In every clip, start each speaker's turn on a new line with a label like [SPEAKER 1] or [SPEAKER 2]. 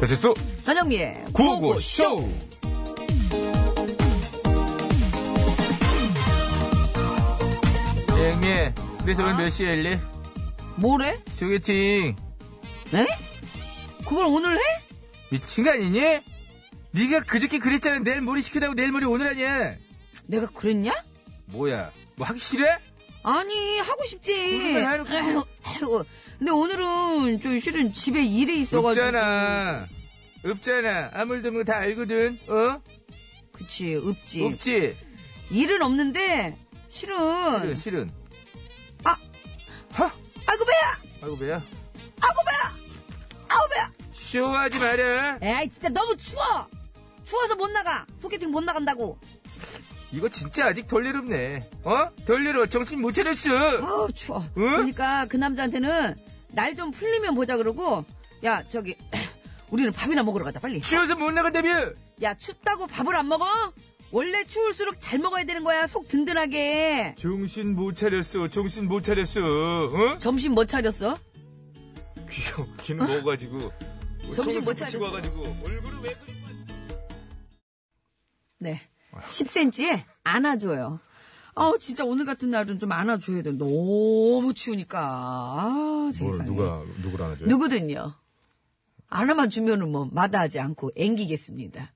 [SPEAKER 1] 배칠수
[SPEAKER 2] 전영미의
[SPEAKER 1] 구호구쇼 영미 그래서
[SPEAKER 2] 어?
[SPEAKER 1] 오늘 예. 몇 시에 일래?
[SPEAKER 2] 뭐래?
[SPEAKER 1] 소개팅
[SPEAKER 2] 에? 그걸 오늘 해?
[SPEAKER 1] 미친 거 아니니? 네가 그저께 그랬잖아 내일 머리 시키다고 내일 머리 오늘 아니야
[SPEAKER 2] 내가 그랬냐?
[SPEAKER 1] 뭐야 뭐 하기 싫어?
[SPEAKER 2] 아니 하고 싶지.
[SPEAKER 1] 오늘은 해놓고.
[SPEAKER 2] 아이고, 아이고. 근데 오늘은 저 실은 집에 일이 있어가지고.
[SPEAKER 1] 없잖아 없잖아 아무 일도 없는 거 다 알거든 어?
[SPEAKER 2] 그치 없지.
[SPEAKER 1] 없지?
[SPEAKER 2] 일은 없는데 실은.
[SPEAKER 1] 실은 실은
[SPEAKER 2] 어. 아.
[SPEAKER 1] 하?
[SPEAKER 2] 아이고 배야.
[SPEAKER 1] 아이고 배야
[SPEAKER 2] 아이고 배야. 아우 배야.
[SPEAKER 1] 쇼하지 마라
[SPEAKER 2] 에이 진짜 너무 추워. 추워서 못 나가. 소개팅 못 나간다고.
[SPEAKER 1] 이거 진짜 아직 덜 내롭네 어? 덜 내려 정신 못 차렸어
[SPEAKER 2] 아우 추워.
[SPEAKER 1] 응?
[SPEAKER 2] 그러니까 그 남자한테는 날 좀 풀리면 보자 그러고 야 저기 우리는 밥이나 먹으러 가자 빨리.
[SPEAKER 1] 쉬어서 못 나간다며
[SPEAKER 2] 야 춥다고 밥을 안 먹어? 원래 추울수록 잘 먹어야 되는 거야 속 든든하게
[SPEAKER 1] 정신 못 차렸어 정신 못 차렸어 어?
[SPEAKER 2] 점심 뭐 차렸어?
[SPEAKER 1] 귀여 귀는 먹어가지고
[SPEAKER 2] 정신 못
[SPEAKER 1] 치
[SPEAKER 2] 차렸어.
[SPEAKER 1] 와가지고 얼굴을 왜 그리-
[SPEAKER 2] 네 10cm에 안아줘요 아우 진짜 오늘 같은 날은 좀 안아줘야 돼 너무 추우니까 아
[SPEAKER 1] 뭘
[SPEAKER 2] 세상에
[SPEAKER 1] 누가 네? 누구를 안아줘요?
[SPEAKER 2] 누구든요 안아만 주면은 뭐 마다하지 않고 앵기겠습니다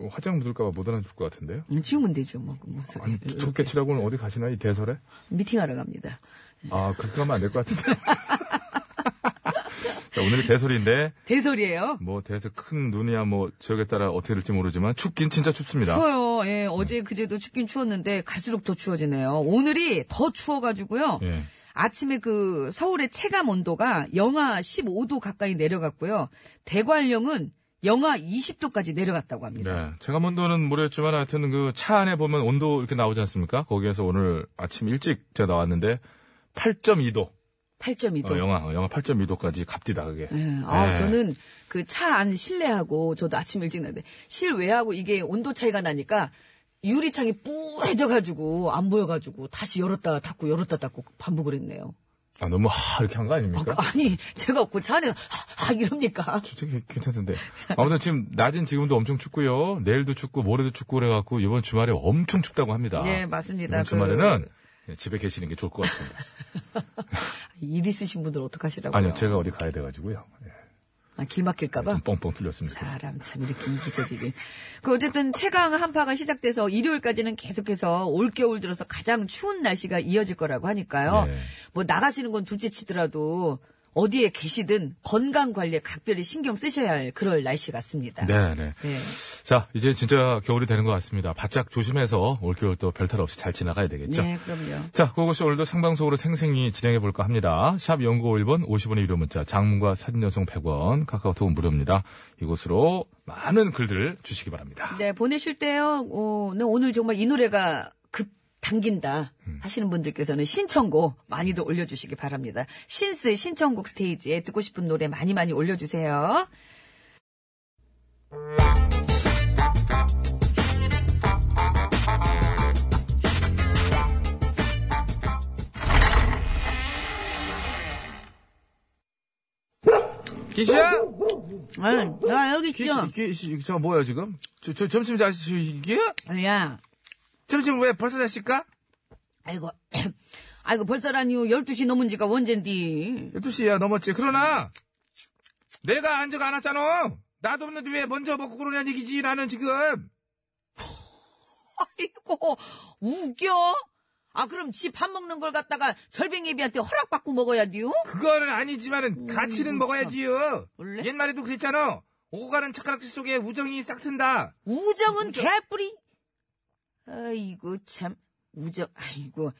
[SPEAKER 1] 어, 화장 묻을까봐 못 안아줄 것 같은데요?
[SPEAKER 2] 음, 치우면 되죠 뭐, 뭐 소리.
[SPEAKER 1] 아니 좋게 치라고는 어디 가시나 이 대설에?
[SPEAKER 2] 미팅하러 갑니다
[SPEAKER 1] 아 그렇게 하면 안 될 것 같은데 자 오늘이 대설인데
[SPEAKER 2] 대설이에요
[SPEAKER 1] 뭐 대서 큰 눈이야 뭐 지역에 따라 어떻게 될지 모르지만 춥긴 진짜 춥습니다.
[SPEAKER 2] 추워요. 예,
[SPEAKER 1] 네.
[SPEAKER 2] 어제 그제도 춥긴 추웠는데 갈수록 더 추워지네요. 오늘이 더 추워가지고요.
[SPEAKER 1] 예.
[SPEAKER 2] 아침에 그 서울의 체감 온도가 영하 15도 가까이 내려갔고요. 대관령은 영하 20도까지 내려갔다고 합니다.
[SPEAKER 1] 네. 제가 먼저는 모르겠지만 하여튼 그 차 안에 보면 온도 이렇게 나오지 않습니까? 거기에서 오늘 아침 일찍 제가 나왔는데 8.2도.
[SPEAKER 2] 8.2도.
[SPEAKER 1] 어, 영하, 어, 영하 8.2도까지 갑디다, 그게.
[SPEAKER 2] 예, 아,
[SPEAKER 1] 네.
[SPEAKER 2] 저는 그 차 안 실내하고 저도 아침 일찍 나는데 실외하고 이게 온도 차이가 나니까 유리창이 뿌해져가지고 안 보여가지고 다시 열었다가 닫고 열었다 닫고 반복을 했네요.
[SPEAKER 1] 아, 너무 하, 이렇게 한 거
[SPEAKER 2] 아, 그
[SPEAKER 1] 아닙니까?
[SPEAKER 2] 니 제가 없고 차 안에서 하, 하 이럽니까?
[SPEAKER 1] 진짜 괜- 괜찮던데. 아무튼 지금 낮은 지금도 엄청 춥고요. 내일도 춥고 모레도 춥고 그래갖고 이번 주말에 엄청 춥다고 합니다.
[SPEAKER 2] 예, 맞습니다.
[SPEAKER 1] 이번
[SPEAKER 2] 그
[SPEAKER 1] 아, 주말에는 집에 계시는 게 좋을 것 같습니다.
[SPEAKER 2] 일 있으신 분들 어떡하시라고요?
[SPEAKER 1] 아니요, 제가 어디 가야 돼가지고요. 예,
[SPEAKER 2] 아, 길 막힐까봐?
[SPEAKER 1] 좀 뻥뻥 뚫렸으면 좋겠어요.
[SPEAKER 2] 사람 참 이렇게 이기적이게. 그 어쨌든 최강 한파가 시작돼서 일요일까지는 계속해서 올겨울 들어서 가장 추운 날씨가 이어질 거라고 하니까요.
[SPEAKER 1] 네.
[SPEAKER 2] 뭐 나가시는 건 둘째치더라도 어디에 계시든 건강 관리에 각별히 신경 쓰셔야 할 그럴 날씨 같습니다.
[SPEAKER 1] 네, 네.
[SPEAKER 2] 네.
[SPEAKER 1] 자, 이제 진짜 겨울이 되는 것 같습니다. 바짝 조심해서 올겨울 또 별탈 없이 잘 지나가야 되겠죠.
[SPEAKER 2] 네, 그럼요.
[SPEAKER 1] 자, 그것이 오늘도 생방송으로 생생히 진행해 볼까 합니다. 샵 연구 51번 50원의 유료 문자, 장문과 사진 연속 100원, 카카오톡은 무료입니다. 이곳으로 많은 글들을 주시기 바랍니다.
[SPEAKER 2] 네, 보내실 때요. 어, 네, 오늘 정말 이 노래가 급 당긴다
[SPEAKER 1] 음.
[SPEAKER 2] 하시는 분들께서는 신청곡 많이도 올려주시기 바랍니다. 신스 신청곡 스테이지에 듣고 싶은 노래 많이 많이 올려주세요.
[SPEAKER 1] 기시야!
[SPEAKER 2] 야, 여기 있죠?
[SPEAKER 1] 기시, 저 뭐야 지금? 저, 저 점심 자시기?
[SPEAKER 2] 어, 야,
[SPEAKER 1] 점심 왜 벌써 자실까?
[SPEAKER 2] 아이고, 아이고, 벌써라니요. 12시 넘은 지가 언젠디.
[SPEAKER 1] 12시야 넘었지. 그러나, 내가 앉아가 안 왔잖아! 나도 없는데 왜 먼저 먹고 그러냐는 얘기지, 나는 지금!
[SPEAKER 2] 아이고, 웃겨? 아, 그럼 지 밥 먹는 걸 갖다가 절뱅예비한테 허락받고 먹어야지요?
[SPEAKER 1] 그거는 아니지만은 가치는 먹어야지요.
[SPEAKER 2] 음, 원래?
[SPEAKER 1] 옛날에도 그랬잖아. 오고 가는 착가락지 속에 우정이 싹 튼다.
[SPEAKER 2] 우정은 개뿔이. 아이고 참 우정. 아이고.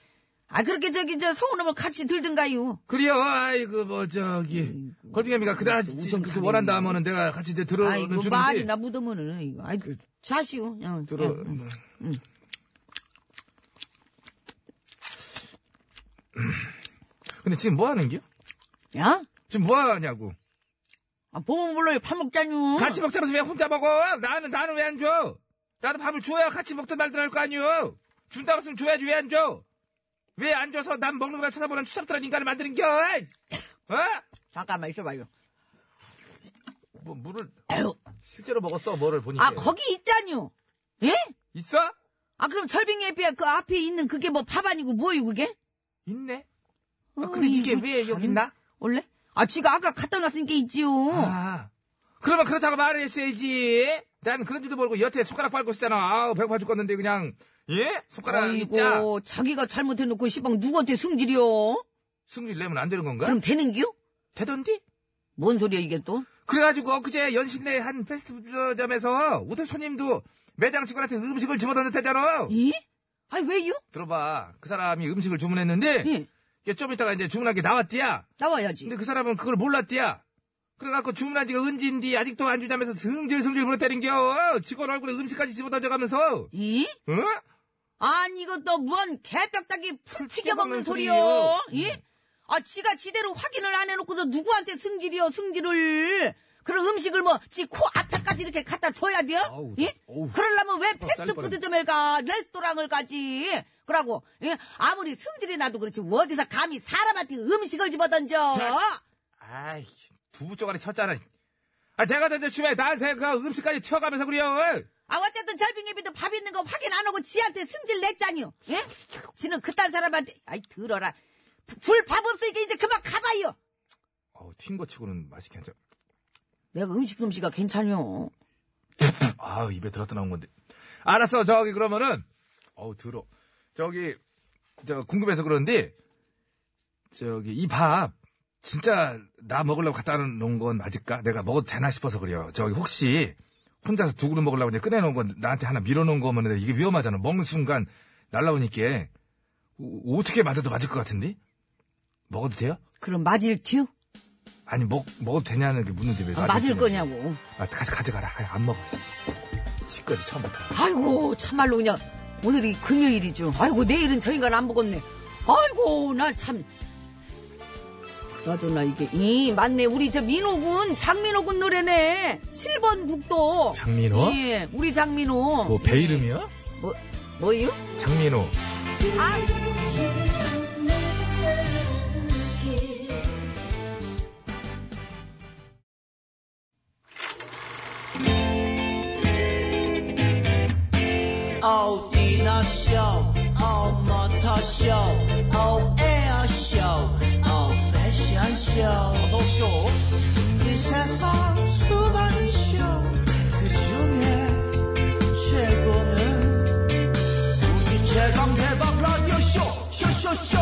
[SPEAKER 2] 아 그렇게 저기 저 서운함을 같이 들든가요.
[SPEAKER 1] 그래요. 아이고 뭐 저기 걸빙애미가 그다지
[SPEAKER 2] 우정
[SPEAKER 1] 그렇게
[SPEAKER 2] 가네.
[SPEAKER 1] 원한다 하면은 내가 같이 이제 들어
[SPEAKER 2] 아이고
[SPEAKER 1] 주는데.
[SPEAKER 2] 말이나 묻으면은 이거. 아이고 자시오. 야,
[SPEAKER 1] 들어.
[SPEAKER 2] 야, 응. 음, 음.
[SPEAKER 1] 근데 지금 뭐 하는 게요?
[SPEAKER 2] 야?
[SPEAKER 1] 지금 뭐 하냐고.
[SPEAKER 2] 아, 보면 몰라요. 밥 먹자뇨.
[SPEAKER 1] 같이 먹자면서 왜 혼자 먹어? 나는 나는 왜 안 줘? 나도 밥을 줘야 같이 먹든 말든 할 거 아니요. 준다고 했으면 줘야지 왜 안 줘? 왜 안 줘서 남 먹는 거나 쳐다보는 추잡스러운 인간을 만드는 겨? 어?
[SPEAKER 2] 잠깐만 있어봐요.
[SPEAKER 1] 뭐 물을
[SPEAKER 2] 아유.
[SPEAKER 1] 실제로 먹었어 뭐를 보니까.
[SPEAKER 2] 아, 거기 있잖요. 예?
[SPEAKER 1] 있어?
[SPEAKER 2] 아, 그럼 절빙 예비야 그 앞에 있는 그게 뭐 밥 아니고 뭐요, 그게?
[SPEAKER 1] 있네. 아,
[SPEAKER 2] 어,
[SPEAKER 1] 근데 이게
[SPEAKER 2] 이거
[SPEAKER 1] 왜
[SPEAKER 2] 참.
[SPEAKER 1] 여기 있나?
[SPEAKER 2] 원래? 아, 지가 아까 갖다 놨으니까 있지요.
[SPEAKER 1] 아. 그러면 그렇다고 말을 했어야지. 난 그런지도 모르고 여태 손가락 밟고 있었잖아. 아우, 배고파 죽겠는데, 그냥. 예? 손가락 있자.
[SPEAKER 2] 아이고, 자기가 잘못해놓고 시방 누구한테 승질이요?
[SPEAKER 1] 승질 내면 안 되는 건가?
[SPEAKER 2] 그럼 되는기요?
[SPEAKER 1] 되던디?
[SPEAKER 2] 뭔 소리야, 이게 또?
[SPEAKER 1] 그래가지고 엊그제 연신내 한 패스트푸드점에서 우리 손님도 매장 직원한테 음식을 주문했다잖아.
[SPEAKER 2] 예? 아니, 왜요?
[SPEAKER 1] 들어봐. 그 사람이 음식을 주문했는데
[SPEAKER 2] 예.
[SPEAKER 1] 이게 좀 있다가 이제 주문한 게 나왔디야.
[SPEAKER 2] 나와야지.
[SPEAKER 1] 근데 그 사람은 그걸 몰랐디야. 그래갖고 주문한 지가 은진디 아직도 안 주자면서 승질승질 부렸다는겨. 직원 얼굴에 음식까지 집어던져가면서.
[SPEAKER 2] 이?
[SPEAKER 1] 어?
[SPEAKER 2] 아니, 이것도 뭔 개벽다기 풀 튀겨먹는
[SPEAKER 1] 튀겨먹는 음.
[SPEAKER 2] 소리요? 예? 아, 지가 지대로 확인을 안 해놓고서 누구한테 승질이요, 승질을. 그런 음식을 뭐, 지 코 앞에까지 이렇게 갖다 줘야 돼요?
[SPEAKER 1] 아우,
[SPEAKER 2] 예?
[SPEAKER 1] 어우. 아,
[SPEAKER 2] 그러려면 왜
[SPEAKER 1] 쌀
[SPEAKER 2] 패스트푸드점을 가, 레스토랑을 가지? 그러고, 예? 아무리 승질이 나도 그렇지, 어디서 감히 사람한테 음식을 집어던져?
[SPEAKER 1] 아이, 두부 쪼가리 쳤잖아. 아, 내가 던져 주면 나한테 그 음식까지 튀어가면서 그래요.
[SPEAKER 2] 아, 어쨌든 절빙예비도 밥 있는 거 확인 안 하고 지한테 승질 냈잖요. 예? 지는 그딴 사람한테, 아이, 들어라. 불 밥 없으니까 이제 그만 가봐요.
[SPEAKER 1] 어우, 튄거 치고는 맛이 괜찮.
[SPEAKER 2] 내가 음식 솜씨가 괜찮요.
[SPEAKER 1] 아 입에 들었다 나온 건데. 알았어, 저기 그러면은. 어우, 들어. 저기, 저, 궁금해서 그런데, 저기, 이 밥 진짜 나 먹으려고 갖다 놓은 건 맞을까? 내가 먹어도 되나 싶어서 그래요. 저기, 혹시, 혼자서 두 그릇 먹으려고 이제 꺼내놓은 건 나한테 하나 밀어놓은 거면 이게 위험하잖아. 먹는 순간 날라오니까. 오- 어떻게 맞아도 맞을 것 같은데? 먹어도 돼요?
[SPEAKER 2] 그럼 맞을 튀요?
[SPEAKER 1] 아니, 먹, 먹어도 되냐는 게 묻는데 왜
[SPEAKER 2] 아, 맞을
[SPEAKER 1] 맞을 거냐?
[SPEAKER 2] 거냐고.
[SPEAKER 1] 아, 가져, 가져가라. 아이, 안 먹었어. 지금까지 처음부터.
[SPEAKER 2] 아이고, 참말로 그냥, 오늘이 금요일이죠. 아이고, 내일은 저 인간 안 먹었네. 아이고, 나 참. 나도 나 이게, 이, 맞네. 우리 저 민호군, 장민호군 노래네. 7번 국도.
[SPEAKER 1] 장민호?
[SPEAKER 2] 예, 우리 장민호.
[SPEAKER 1] 뭐 배 이름이야?
[SPEAKER 2] 뭐, 뭐요? 아,
[SPEAKER 1] 장민호.
[SPEAKER 3] all dinner show, all motor show, all air show, all fashion show. 어서 오쇼. 이 세상 수많은 쇼, 그 중에 최고는 우주 최강 대박 라디오 쇼, 쇼쇼쇼.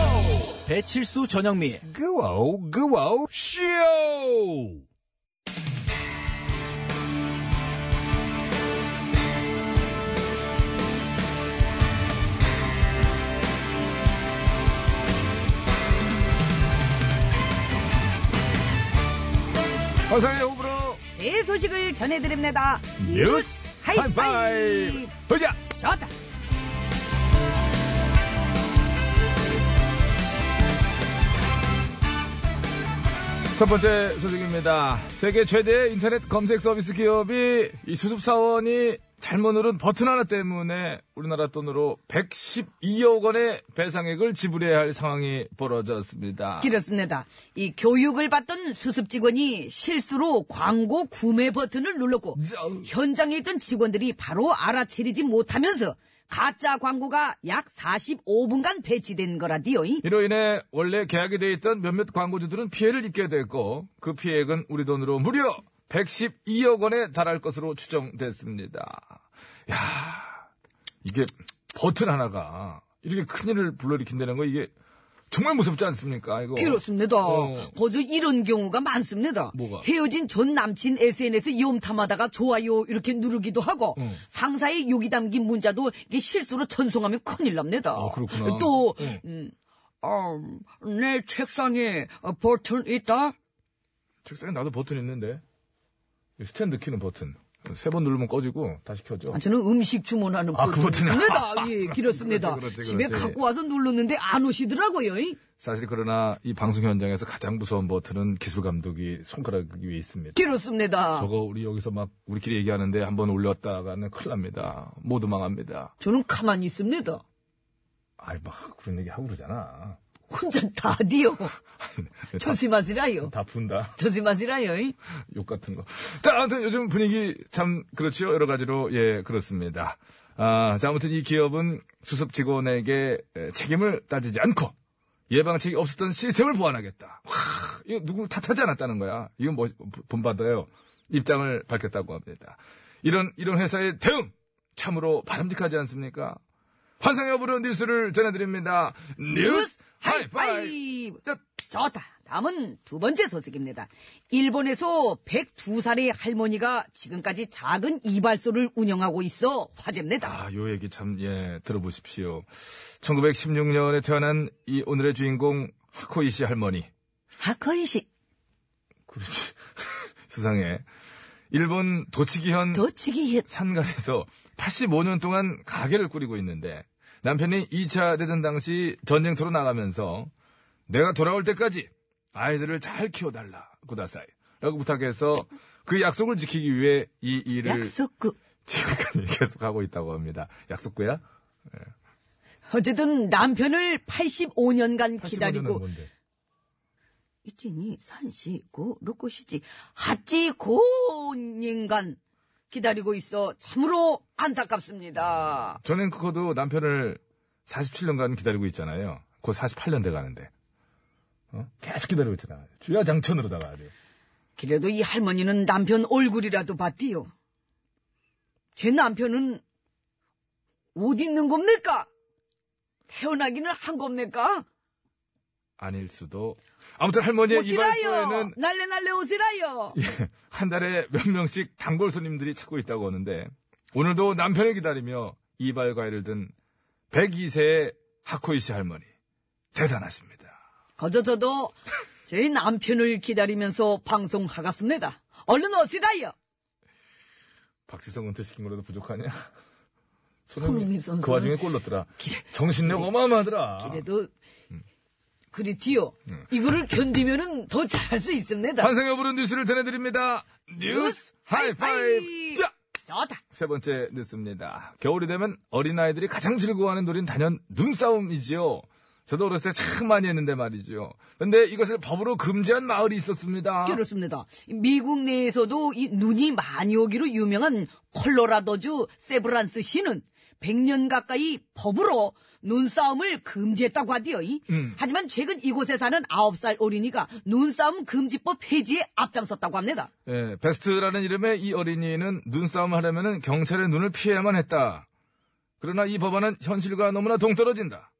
[SPEAKER 3] 배칠수 전영미.
[SPEAKER 1] 그와우, 그와우, 쇼! 어서오세요, 호불호.
[SPEAKER 2] 제 소식을 전해드립니다.
[SPEAKER 1] 뉴스 하이파이브. 보자!
[SPEAKER 2] 좋다.
[SPEAKER 1] 첫 번째 소식입니다. 세계 최대의 인터넷 검색 서비스 기업이 이 수습사원이 잘못 누른 버튼 하나 때문에 우리나라 돈으로 112억 원의 배상액을 지불해야 할 상황이 벌어졌습니다.
[SPEAKER 2] 그렇습니다. 이 교육을 받던 수습 직원이 실수로 광고 구매 버튼을 눌렀고 현장에 있던 직원들이 바로 알아채리지 못하면서 가짜 광고가 약 45분간 배치된 거라디요.
[SPEAKER 1] 이로 인해 원래 계약이 돼 있던 몇몇 광고주들은 피해를 입게 됐고 그 피해액은 우리 돈으로 무려 112억 원에 달할 것으로 추정됐습니다. 야 이게 버튼 하나가 이렇게 큰일을 불러일으킨다는 거 이게 정말 무섭지 않습니까? 이거
[SPEAKER 2] 그렇습니다.
[SPEAKER 1] 어.
[SPEAKER 2] 거저 이런 경우가 많습니다.
[SPEAKER 1] 뭐가?
[SPEAKER 2] 헤어진 전 남친 SNS 염탐하다가 좋아요 이렇게 누르기도 하고
[SPEAKER 1] 어.
[SPEAKER 2] 상사의 욕이 담긴 문자도 이게 실수로 전송하면 큰일 납니다.
[SPEAKER 1] 아, 그렇구나.
[SPEAKER 2] 또
[SPEAKER 1] 어.
[SPEAKER 2] 음, 어, 내 책상에 어, 버튼 있다.
[SPEAKER 1] 책상에 나도 버튼 있는데 이 스탠드 키는 버튼 세 번 누르면 꺼지고 다시 켜죠.
[SPEAKER 2] 아, 저는 음식 주문하는
[SPEAKER 1] 아, 그 버튼이야.
[SPEAKER 2] 버튼입니다. 예, 그렇습니다.
[SPEAKER 1] 그렇지, 그렇지,
[SPEAKER 2] 집에
[SPEAKER 1] 그렇지.
[SPEAKER 2] 갖고 와서 누르는데 안 오시더라고요. 이.
[SPEAKER 1] 사실 그러나 이 방송 현장에서 가장 무서운 버튼은 기술 감독이 손가락 위에 있습니다.
[SPEAKER 2] 그렇습니다.
[SPEAKER 1] 저거 우리 여기서 막 우리끼리 얘기하는데 한번 올렸다가는 큰일 납니다. 모두 망합니다.
[SPEAKER 2] 저는 가만히 있습니다.
[SPEAKER 1] 아이 막 그런 얘기 하고 그러잖아.
[SPEAKER 2] 혼자 다디요. 조심하시라요.
[SPEAKER 1] 다 푼다.
[SPEAKER 2] 조심하시라요. 이.
[SPEAKER 1] 욕 같은 거. 자, 아무튼 요즘 분위기 참 그렇지요. 여러 가지로 예 그렇습니다. 아, 자, 아무튼 이 기업은 수습 직원에게 에, 책임을 따지지 않고 예방책이 없었던 시스템을 보완하겠다. 와, 이거 누구를 탓하지 않았다는 거야. 이건 뭐 본받아요. 입장을 밝혔다고 합니다. 이런 이런 회사의 대응 참으로 바람직하지 않습니까? 환상의 여부로 뉴스를 전해드립니다. 뉴스 하이파이.
[SPEAKER 2] 하이파이브. 좋다. 다음은 두 번째 소식입니다. 일본에서 102살의 할머니가 지금까지 작은 이발소를 운영하고 있어 화제입니다.
[SPEAKER 1] 아, 요 얘기 참, 예, 들어보십시오. 1916년에 태어난 이 오늘의 주인공, 하코이 씨 할머니.
[SPEAKER 2] 하커이 씨,
[SPEAKER 1] 그렇지. 수상해. 일본 도치기현
[SPEAKER 2] 도치기
[SPEAKER 1] 산간에서 85년 동안 가게를 꾸리고 있는데, 남편이 2차 대전 당시 전쟁터로 나가면서, 내가 돌아올 때까지 아이들을 잘 키워달라, 구다사이. 라고 부탁해서 그 약속을 지키기 위해 이 일을
[SPEAKER 2] 약속구.
[SPEAKER 1] 지금까지 계속 하고 있다고 합니다. 약속구야?
[SPEAKER 2] 어쨌든 남편을 85년간
[SPEAKER 1] 85년 은 뭐.
[SPEAKER 2] 기다리고
[SPEAKER 1] 뭔데?
[SPEAKER 2] 이치니 산시고 로코시지 하찌고인간 기다리고 있어 참으로 안타깝습니다.
[SPEAKER 1] 존 앵커도 남편을 47년간 기다리고 있잖아요. 곧 48년 돼 가는데. 어? 계속 기다리고 있잖아. 주야장천으로다가 아주.
[SPEAKER 2] 그래도 이 할머니는 남편 얼굴이라도 봤디요. 제 남편은 어디 있는 겁니까? 태어나기는 한 겁니까?
[SPEAKER 1] 아닐 수도. 아무튼 할머니의
[SPEAKER 2] 오시라요.
[SPEAKER 1] 네, 이발소에는 예.
[SPEAKER 2] 날래 날래 오시라요.
[SPEAKER 1] 한 달에 몇 명씩 단골 손님들이 찾고 있다고 하는데 오늘도 남편을 기다리며 이발 과외를 든 102세의 하코이 씨 할머니. 대단하십니다.
[SPEAKER 2] 거저 저도 제 남편을 기다리면서 방송하겠습니다. 얼른 오시라요.
[SPEAKER 1] 박지성 은퇴시킨 거라도 부족하냐?
[SPEAKER 2] 손흥민 선수는
[SPEAKER 1] 그 와중에 골 넣더라.
[SPEAKER 2] 기래- 네.
[SPEAKER 1] 정신력 어마어마하더라.
[SPEAKER 2] 그래도
[SPEAKER 1] 음.
[SPEAKER 2] 그리 뒤요. 이거를 견디면은 더 잘할 수 있습니다.
[SPEAKER 1] 환상의 부른 뉴스를 전해드립니다. 뉴스 하이파이브! 자!
[SPEAKER 2] 좋다.
[SPEAKER 1] 세 번째 뉴스입니다. 겨울이 되면 어린아이들이 가장 즐거워하는 놀이는 단연 눈싸움이지요. 저도 어렸을 때 참 많이 했는데 말이죠. 근데 이것을 법으로 금지한 마을이 있었습니다.
[SPEAKER 2] 그렇습니다. 미국 내에서도 이 눈이 많이 오기로 유명한 콜로라도주 세브란스 시는 100년 가까이 법으로 눈싸움을 금지했다고 하디요. 이.
[SPEAKER 1] 음.
[SPEAKER 2] 하지만 최근 이곳에 사는 9살 어린이가 눈싸움 금지법 폐지에 앞장섰다고 합니다.
[SPEAKER 1] 예, 베스트라는 이름의 이 어린이는 눈싸움을 하려면 경찰의 눈을 피해야만 했다. 그러나 이 법안은 현실과 너무나 동떨어진다.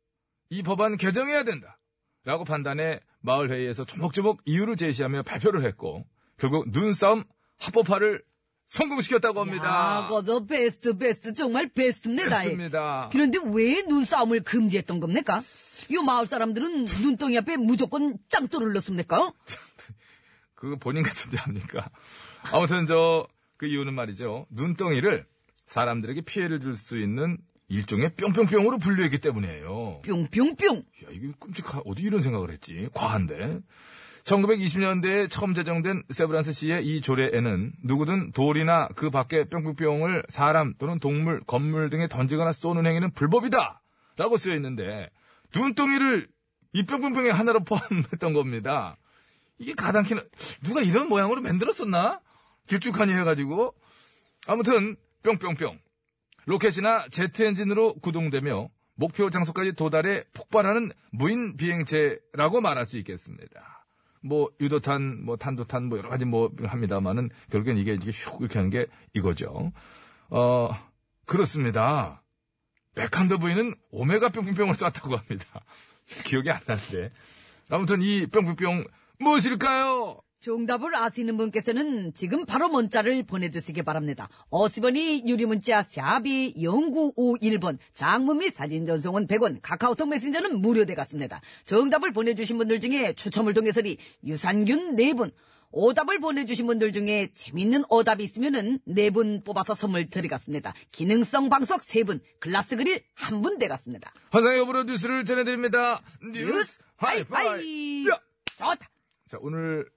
[SPEAKER 1] 이 법안 개정해야 된다. 라고 판단해 마을회의에서 조목조목 이유를 제시하며 발표를 했고 결국 눈싸움 합법화를 성공시켰다고 합니다.
[SPEAKER 2] 야, 거저 베스트 베스트 정말 베스트입니다. 이.
[SPEAKER 1] 그렇습니다.
[SPEAKER 2] 그런데 왜 눈싸움을 금지했던 겁니까? 요 마을 사람들은 눈덩이 앞에 무조건 짱돌을 넣습니까?
[SPEAKER 1] 그 본인 같은데 합니까? 아무튼 저 그 이유는 말이죠. 눈덩이를 사람들에게 피해를 줄 수 있는 일종의 뿅뿅뿅으로 분류했기 때문이에요.
[SPEAKER 2] 뿅뿅뿅.
[SPEAKER 1] 야, 이게 끔찍하, 어디 이런 생각을 했지? 과한데? 1920년대에 처음 제정된 세브란스 씨의 이 조례에는 누구든 돌이나 그 밖에 뿅뿅뿅을 사람 또는 동물, 건물 등에 던지거나 쏘는 행위는 불법이다! 라고 쓰여 있는데, 눈덩이를 이 뿅뿅뿅의 하나로 포함했던 겁니다. 이게 가당키는, 누가 이런 모양으로 만들었었나? 길쭉하니 해가지고. 아무튼, 뿅뿅뿅. 로켓이나 제트 엔진으로 구동되며 목표 장소까지 도달해 폭발하는 무인 비행체라고 말할 수 있겠습니다. 뭐 유도탄, 뭐 탄도탄, 뭐 여러 가지 뭐 합니다만은 결국엔 이게 이게 슉 이렇게 하는 게 이거죠. 어 그렇습니다. 백한더 부인은 오메가 뿅뿅뿅을 쐈다고 합니다. 기억이 안 나는데 아무튼 이 뿅뿅뿅 무엇일까요?
[SPEAKER 2] 정답을 아시는 분께서는 지금 바로 문자를 보내주시기 바랍니다. 어시번이 유리문자 샵이 0951번, 장문 및 사진 전송은 100원, 카카오톡 메신저는 무료되겠습니다. 정답을 보내주신 분들 중에 추첨을 통해서리 유산균 4분, 오답을 보내주신 분들 중에 재밌는 오답이 있으면은 4분 뽑아서 선물 드리겠습니다. 기능성 방석 3분, 글라스 그릴 1분 되겠습니다.
[SPEAKER 1] 환상의 오브로 뉴스를 전해드립니다. 뉴스 하이파이.
[SPEAKER 2] 하이파이! 좋다!
[SPEAKER 1] 자, 오늘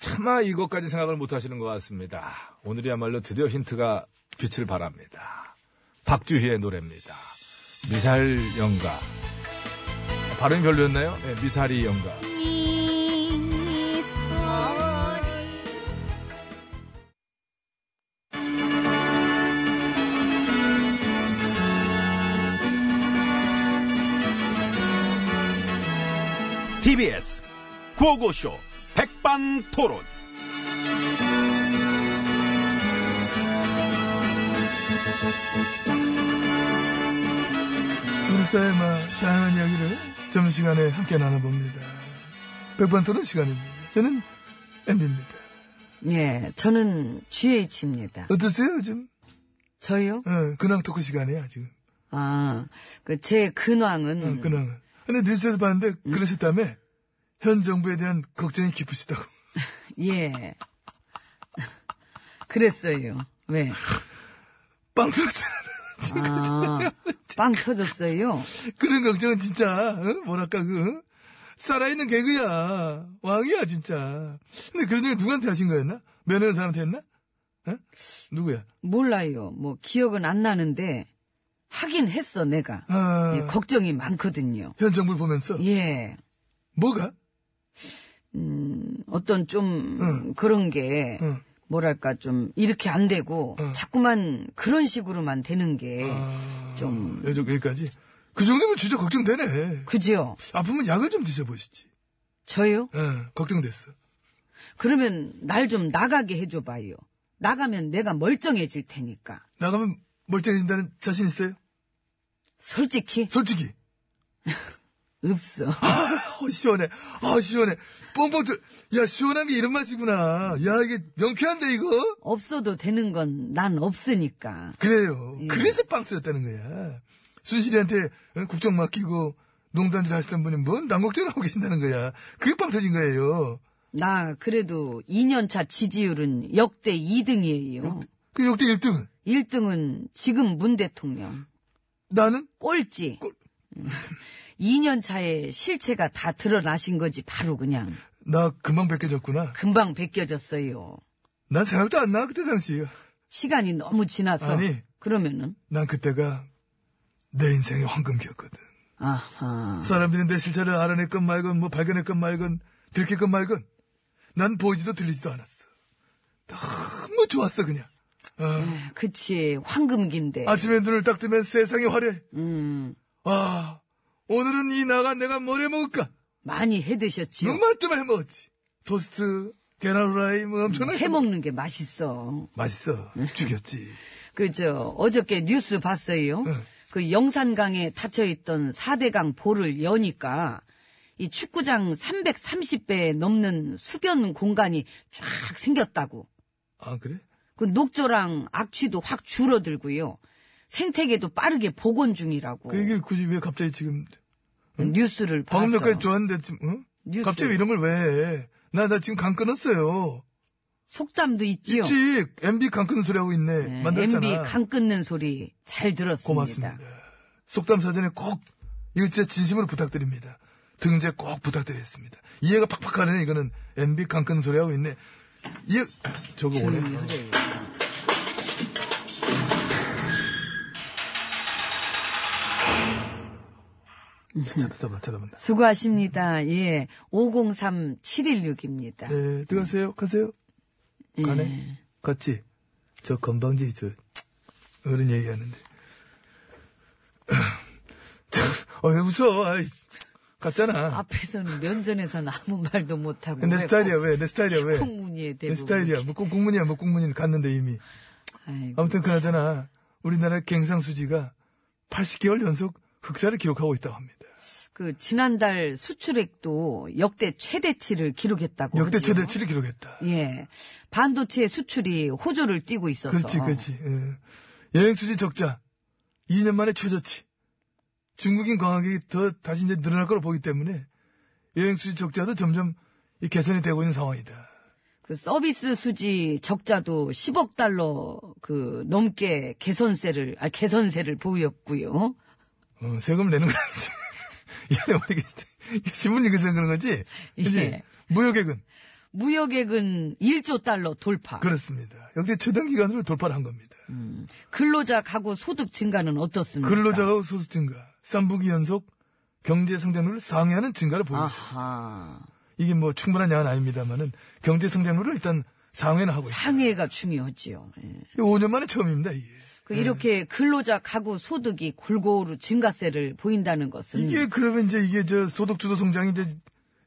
[SPEAKER 1] 차마 이것까지 생각을 못 하시는 것 같습니다. 오늘이야말로 드디어 힌트가 빛을 발합니다. 박주희의 노래입니다. 미사일 연가.
[SPEAKER 4] 발음이 별로였나요?
[SPEAKER 1] 네,
[SPEAKER 4] 예, 미사리 연가.
[SPEAKER 5] TBS 구호고쇼 백반토론.
[SPEAKER 1] 우리 사회의 막 다양한 이야기를 점심시간에 함께 나눠봅니다. 백반토론 시간입니다. 저는 MB입니다.
[SPEAKER 2] 예, 저는 GH입니다.
[SPEAKER 1] 어떠세요, 요즘?
[SPEAKER 2] 저요?
[SPEAKER 1] 어, 근황 토크 시간이야, 지금.
[SPEAKER 2] 아, 그 제 근황은
[SPEAKER 1] 어, 근황은. 근데 뉴스에서 봤는데, 그러셨다며, 현 정부에 대한 걱정이 깊으시다고.
[SPEAKER 2] 예. 그랬어요. 왜?
[SPEAKER 1] 빵 터졌잖아.
[SPEAKER 2] 아, 빵 터졌어요.
[SPEAKER 1] 그런 걱정은 진짜, 어? 뭐랄까, 그, 어? 살아있는 개그야. 왕이야, 진짜. 근데 그런 얘기 누구한테 하신 거였나? 면허는 사람한테 했나? 어? 누구야?
[SPEAKER 2] 몰라요. 뭐 기억은 안 나는데 하긴 했어 내가.
[SPEAKER 1] 아,
[SPEAKER 2] 예, 걱정이 많거든요.
[SPEAKER 1] 현 정부를 보면서.
[SPEAKER 2] 예.
[SPEAKER 1] 뭐가?
[SPEAKER 2] 음, 어떤 좀
[SPEAKER 1] 응.
[SPEAKER 2] 그런 게
[SPEAKER 1] 응.
[SPEAKER 2] 뭐랄까 좀 이렇게 안 되고
[SPEAKER 1] 응.
[SPEAKER 2] 자꾸만 그런 식으로만 되는 게
[SPEAKER 1] 아,
[SPEAKER 2] 좀-
[SPEAKER 1] 여기- 여기까지. 그 정도면 진짜 걱정되네.
[SPEAKER 2] 그죠?
[SPEAKER 1] 아프면 약을 좀 드셔보시지.
[SPEAKER 2] 저요?
[SPEAKER 1] 응, 걱정됐어.
[SPEAKER 2] 그러면 날 좀 나가게 해줘 봐요. 나가면 내가 멀쩡해질 테니까.
[SPEAKER 1] 나가면 멀쩡해진다는 자신 있어요?
[SPEAKER 2] 솔직히
[SPEAKER 1] 솔직히.
[SPEAKER 2] 없어.
[SPEAKER 1] 어, 시원해. 아, 시원해. 뻥뻥 뚫, 야, 시원한 게 이런 맛이구나. 야, 이게 명쾌한데, 이거?
[SPEAKER 2] 없어도 되는 건 난 없으니까.
[SPEAKER 1] 그래요.
[SPEAKER 2] 예.
[SPEAKER 1] 그래서 빵쓰였다는 거야. 순실이한테 어, 국정 맡기고 농단질 하시던 분이 뭔 난걱정을 하고 계신다는 거야. 그게 빵 터진 거예요.
[SPEAKER 2] 나 그래도 2년차 지지율은 역대 2등이에요.
[SPEAKER 1] 그 역대 1등은?
[SPEAKER 2] 1등은 지금 문 대통령.
[SPEAKER 1] 나는?
[SPEAKER 2] 꼴찌.
[SPEAKER 1] 꼴-
[SPEAKER 2] 2년 차에 실체가 다 드러나신 거지 바로 그냥
[SPEAKER 1] 나 금방 벗겨졌구나.
[SPEAKER 2] 금방 벗겨졌어요.
[SPEAKER 1] 난 생각도 안 나, 그때 당시.
[SPEAKER 2] 시간이 너무 지나서
[SPEAKER 1] 아니.
[SPEAKER 2] 그러면은
[SPEAKER 1] 난 그때가 내 인생의 황금기였거든.
[SPEAKER 2] 아하
[SPEAKER 1] 사람들이 내 실체를 알아냈건 말건, 뭐 발견했건 말건, 들켰건 말건, 난 보이지도 들리지도 않았어. 너무 좋았어, 그냥. 어.
[SPEAKER 2] 그치 황금기인데
[SPEAKER 1] 네. 아침에 눈을 딱 뜨면 세상이 화려해.
[SPEAKER 2] 음
[SPEAKER 1] 아, 오늘은 이 나가 내가 뭘 해먹을까?
[SPEAKER 2] 많이 해드셨지요.
[SPEAKER 1] 눈만 뜨면 해먹었지. 토스트, 계란 후라이, 뭐 엄청나게.
[SPEAKER 2] 해먹는 음. 게 맛있어.
[SPEAKER 1] 맛있어. 죽였지.
[SPEAKER 2] 그저 어저께 뉴스 봤어요.
[SPEAKER 1] 네.
[SPEAKER 2] 그 영산강에 닫혀있던 4대강 보를 여니까 이 축구장 330배 넘는 수변 공간이 쫙 생겼다고.
[SPEAKER 1] 아, 그래?
[SPEAKER 2] 그 녹조랑 악취도 확 줄어들고요. 생태계도 빠르게 복원 중이라고 음,
[SPEAKER 1] 그 얘기를 굳이 왜 갑자기 지금
[SPEAKER 2] 뉴스를
[SPEAKER 1] 방금
[SPEAKER 2] 봤어.
[SPEAKER 1] 전까지 좋았는데 지금 응?
[SPEAKER 2] 뉴스.
[SPEAKER 1] 갑자기 이런 걸 왜? 해? 나, 나 지금 강 끊었어요.
[SPEAKER 2] 속담도 있지요.
[SPEAKER 1] 있지. MB 강 끊는 소리 하고 있네.
[SPEAKER 2] 네,
[SPEAKER 1] 만들었잖아.
[SPEAKER 2] MB 강 끊는 소리 잘 들었습니다.
[SPEAKER 1] 고맙습니다. 속담 사전에 꼭 이거 진짜 진심으로 부탁드립니다. 등재 꼭 부탁드리겠습니다. 이해가 팍팍 가네. 이거는 MB 강 끊는 소리 하고 있네. 이해 저거 오네.
[SPEAKER 2] 조용히 하세요.
[SPEAKER 1] 쳐다봐, 쳐다본다.
[SPEAKER 2] 수고하십니다. 예. 503716입니다.
[SPEAKER 1] 네, 들어가세요. 가세요. 예. 가네. 갔지. 저 건방지 저 어른 얘기하는데. 저, 어, 왜 웃어? 아이, 갔잖아.
[SPEAKER 2] 앞에서는 면전에서는 아무 말도 못하고.
[SPEAKER 1] 내 스타일이야 왜? 내 스타일이야 왜?
[SPEAKER 2] 콩문이에 대부분.
[SPEAKER 1] 내 스타일이야. 뭐 꼭 공문이야. 뭐 공문이 갔는데 이미.
[SPEAKER 2] 아이고,
[SPEAKER 1] 아무튼 그나저나 우리나라 갱상수지가 80개월 연속 흑사를 기록하고 있다고 합니다.
[SPEAKER 2] 그 지난달 수출액도 역대 최대치를 기록했다고.
[SPEAKER 1] 역대
[SPEAKER 2] 그지요?
[SPEAKER 1] 최대치를 기록했다.
[SPEAKER 2] 예. 반도체 수출이 호조를 띠고 있어서.
[SPEAKER 1] 그렇지, 그렇지. 예. 여행수지 적자 2년 만에 최저치. 중국인 관광객이 더 다시 이제 늘어날 걸로 보기 때문에 여행수지 적자도 점점 이 개선이 되고 있는 상황이다.
[SPEAKER 2] 그 서비스 수지 적자도 10억 달러 그 넘게 개선세를 아 개선세를 보였고요.
[SPEAKER 1] 어, 세금 내는 거 아니지. 이 안에 우리 계실 때 이게 신문 읽어서 그런 거지. 그지?
[SPEAKER 2] 예.
[SPEAKER 1] 무역액은
[SPEAKER 2] 무역액은 1조 달러 돌파.
[SPEAKER 1] 그렇습니다. 역대 최단 기간으로 돌파를 한 겁니다.
[SPEAKER 2] 근로자 가구 소득 증가는 어떻습니까?
[SPEAKER 1] 근로자가 소득 증가, 쌈부기 연속, 경제 성장률을 상회하는 증가를 보이고
[SPEAKER 2] 아.
[SPEAKER 1] 있습니다.
[SPEAKER 2] 아하.
[SPEAKER 1] 이게 뭐 충분한 양은 아닙니다만은 경제 성장률을 일단 상회는 하고 있어요.
[SPEAKER 2] 상해가 중요하지요. 예.
[SPEAKER 1] 5년 만에 처음입니다. 이게,
[SPEAKER 2] 그 이렇게 근로자 가구 소득이 골고루 증가세를 보인다는 것은
[SPEAKER 1] 이게 그러면 이제 이게 저 소득 주도 성장이 이제